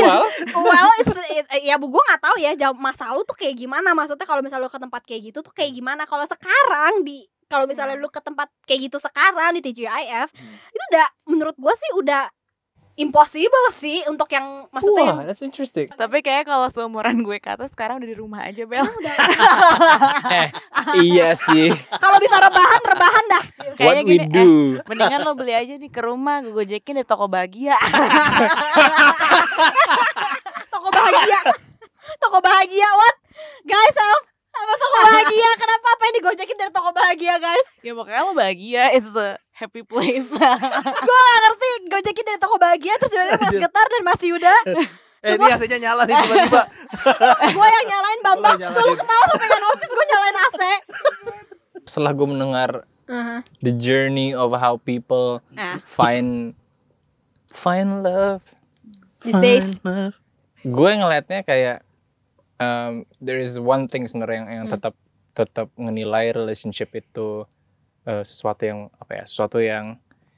B: well,
C: Well, it's it- ya bu gue nggak tahu ya jam masa lu tuh kayak gimana maksudnya kalau misalnya lu ke tempat kayak gitu tuh kayak gimana kalau sekarang di kalau misalnya lu ke tempat kayak gitu sekarang di TGIF itu udah menurut gue sih udah impossible sih untuk yang
B: wah,
C: maksudnya yang-
B: that's interesting.
D: Tapi kayak kalau seumuran gue ke atas sekarang udah di rumah aja Bel.
B: eh, iya sih.
C: kalau bisa rebahan rebahan dah
B: What
D: Kayaknya
B: we
D: gini, eh,
B: do?
D: Mendingan lo beli aja nih ke rumah, gue gojekin di toko bahagia.
C: toko bahagia toko bahagia what guys apa apa toko bahagia kenapa apa yang digojekin dari toko bahagia guys
D: ya pokoknya lo bahagia, it's a happy place.
C: gue gak ngerti gojekin dari toko bahagia terus tiba-tiba
A: Iya.
C: mas getar dan mas yuda
A: eh ini AC-nya nyala nih tiba-tiba
C: gue yang nyalain Bambang
A: Lu yang
C: tuh lu
A: nyalain.
C: ketawa sampai gak notice gue nyalain AC
B: Setelah gue mendengar the journey of how people
C: Ah.
B: find find love.
C: these days
B: Gue ngelihatnya kayak um, there is one thing sebenarnya yang, yang tetap tetap menilai relationship itu uh, sesuatu yang apa ya sesuatu yang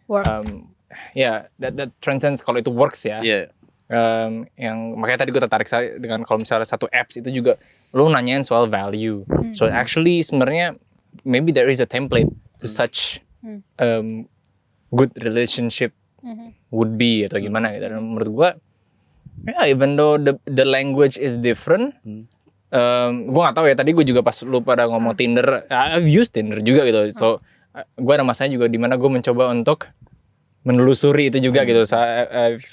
C: Work.
B: um, ya that, that transcends kalau itu works ya
A: iya
B: Um, yang makanya tadi gue tertarik sa- dengan kalau misalnya satu apps itu juga lo nanyain soal value so actually sebenarnya maybe there is a template to such
C: Hmm.
B: um, good relationship
C: Mhm.
B: would be atau gimana gitu. Dan menurut gua ya even though the the language is different,
A: Hmm.
B: um, gua nggak tahu ya tadi gua juga pas lu pada ngomong Tinder, ah, I've used Tinder juga gitu. So uh, gua ada masanya juga di mana gua mencoba untuk menelusuri itu juga gitu. So I- I've,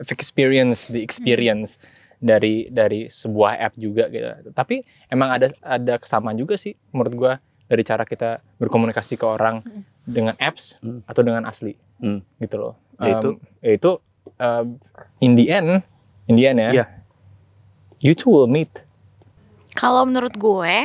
B: I've experienced the experience dari dari sebuah app juga gitu. Tapi emang ada ada kesamaan juga sih menurut gua dari cara kita berkomunikasi ke orang dengan apps
A: Hmm.
B: atau dengan asli
A: Hmm.
B: gitu loh.
A: Yaitu?
B: Um, yaitu um, in the end, in the end ya.
A: Iya.
B: You two will meet.
D: Kalau menurut gue,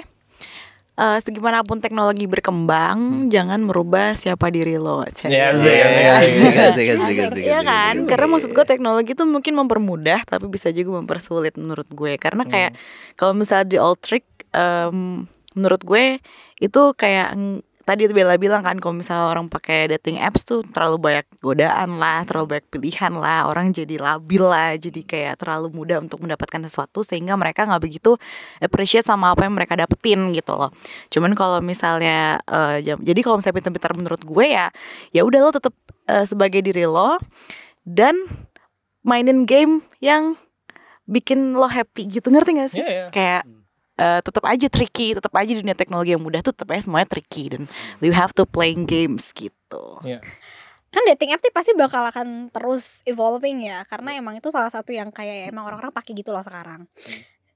D: eh segimanapun teknologi berkembang, jangan merubah siapa diri lo. Cek.
B: Hmm. Iya,
A: Asik,
B: Asik, asik,
A: asik, asik, asik, asik,
D: Iya
A: asik,
D: kan?
A: asik.
D: Karena maksud gue teknologi tuh mungkin mempermudah, tapi bisa juga mempersulit menurut gue. Karena kayak kalau misalnya di all trick, em, menurut gue itu kayak ng- tadi tuh Bella bilang kan kalau misalnya orang pakai dating apps tuh terlalu banyak godaan lah, terlalu banyak pilihan lah, orang jadi labil lah, jadi kayak terlalu mudah untuk mendapatkan sesuatu sehingga mereka nggak begitu appreciate sama apa yang mereka dapetin gitu loh. Cuman kalau misalnya eh, jam- jadi kalau misalnya pintar-pintar menurut gue ya ya udah lo tetap eh, sebagai diri lo dan mainin game yang bikin lo happy gitu ngerti gak sih?
B: Iya, iya.
D: Kayak eh, tetap aja tricky, tetap aja di dunia teknologi yang mudah tuh tetap aja semuanya tricky dan you have to playing games gitu.
C: kan dating app tuh pasti bakal akan terus evolving ya karena emang itu salah satu yang kayak ya, emang orang-orang pakai gitu loh sekarang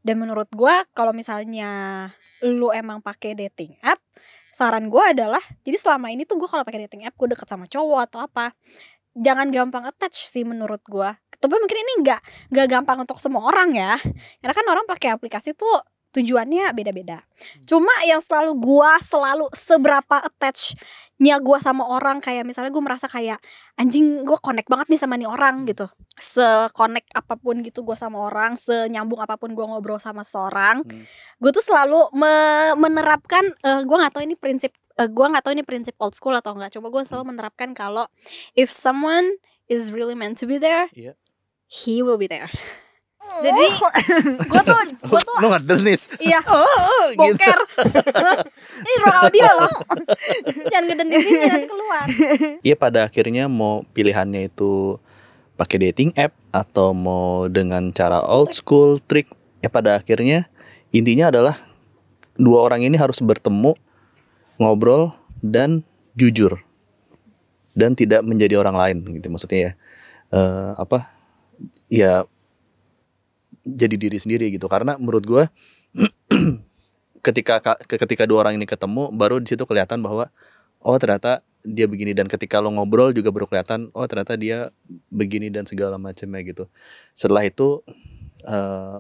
C: dan menurut gua kalau misalnya lu emang pakai dating app saran gua adalah jadi selama ini tuh gua kalau pakai dating app gua deket sama cowok atau apa jangan gampang attach sih menurut gua tapi mungkin ini nggak nggak gampang untuk semua orang ya karena kan orang pakai aplikasi tuh tujuannya beda-beda cuma yang selalu gua selalu seberapa attach nya gue sama orang kayak misalnya gue merasa kayak anjing gue connect banget nih sama nih
A: Hmm.
C: orang gitu se-connect apapun gitu gue sama orang senyambung apapun gue ngobrol sama seorang
A: Hmm.
C: gue tuh selalu me- menerapkan eh, gue nggak tahu ini prinsip eh, gue nggak tahu ini prinsip old school atau enggak cuma gue
A: Hmm.
C: selalu menerapkan kalau if someone is really meant to be there
A: Iya.
C: he will be there jadi gue tuh gue tuh
A: Lu ngeder nis
C: iya
A: gitu.
C: boker ini ruang audio loh jangan geden di sini nanti keluar
A: Iya pada akhirnya mau pilihannya itu pakai dating app atau mau dengan cara old school trick ya pada akhirnya intinya adalah dua orang ini harus bertemu ngobrol dan jujur dan tidak menjadi orang lain gitu maksudnya ya Eh, apa ya jadi diri sendiri gitu karena menurut gua ketika ka- ketika dua orang ini ketemu baru di situ kelihatan bahwa oh ternyata dia begini dan ketika lo ngobrol juga baru kelihatan oh ternyata dia begini dan segala macamnya gitu setelah itu eh,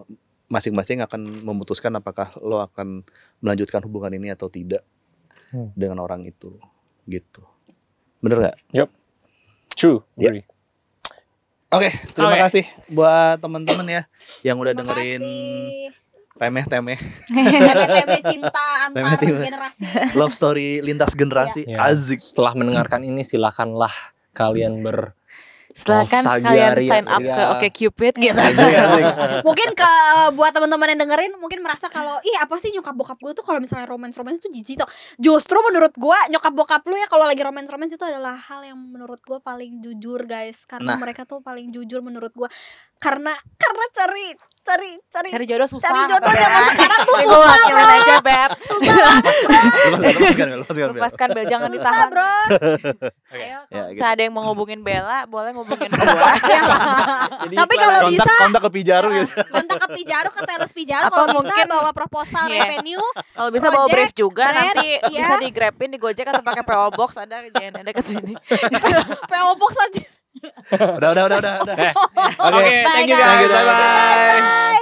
A: masing-masing akan memutuskan apakah lo akan melanjutkan hubungan ini atau tidak
B: Hmm.
A: dengan orang itu gitu bener gak?
B: True.
A: Iya.
B: agree.
A: Oke terima
B: Oke.
A: kasih buat teman-teman ya yang udah dengerin
C: Makasih.
A: remeh temeh
C: TBTB cinta antar
A: TBTB.
C: generasi
A: love story lintas generasi
B: Iya.
A: azik
B: Setelah mendengarkan ini silakanlah kalian ber
D: Silakan
B: Astaga,
D: sekalian
B: Ria,
D: sign up
B: Ria.
D: ke Oke Cupid gitu.
C: mungkin ke buat teman-teman yang dengerin mungkin merasa kalau ih apa sih nyokap bokap gue tuh kalau misalnya romance romance tuh jijik tuh justru menurut gue nyokap bokap lu ya kalau lagi romance romance itu adalah hal yang menurut gue paling jujur guys
A: Nah.
C: karena mereka tuh paling jujur menurut gue karena karena cari cari cari
D: Cari jodoh susah.
C: Cari jodoh
D: katanya.
C: zaman sekarang tuh
D: Gue
C: susah,
D: wakilin
C: bro.
D: aja, Beb.
C: susah lah, Iya.
A: lepaskan lepaskan lepaskan, lepaskan.
D: Lepaskan Bel, jangan
C: susah
D: ditahan.
C: bro
D: Ayo,
A: Ya,
D: kalau
A: gitu.
D: misalnya ada yang mau ngubungin Bella, boleh ngubungin
C: Iya.
D: gua.
B: Jadi
C: Tapi kalau
A: kontak
C: bisa-
A: kontak ke pijaru gitu
C: kontak ke Pijaro ke sales Pijaro
D: Atau
C: kalau bisa
D: mungkin-
C: bawa proposal
D: Iya.
C: revenue
D: Kalau bisa bawa
C: Gojek,
D: brief juga
C: Grab,
D: nanti
C: iya.
D: bisa di grabin di Gojek atau pakai PO Box ada jangan ada ke sini.
C: PO box aja
A: udah udah udah udah, udah.
B: Oke,
A: Oke.
B: thank you
C: Bye,
A: guys.
B: guys. Bye bye.
C: bye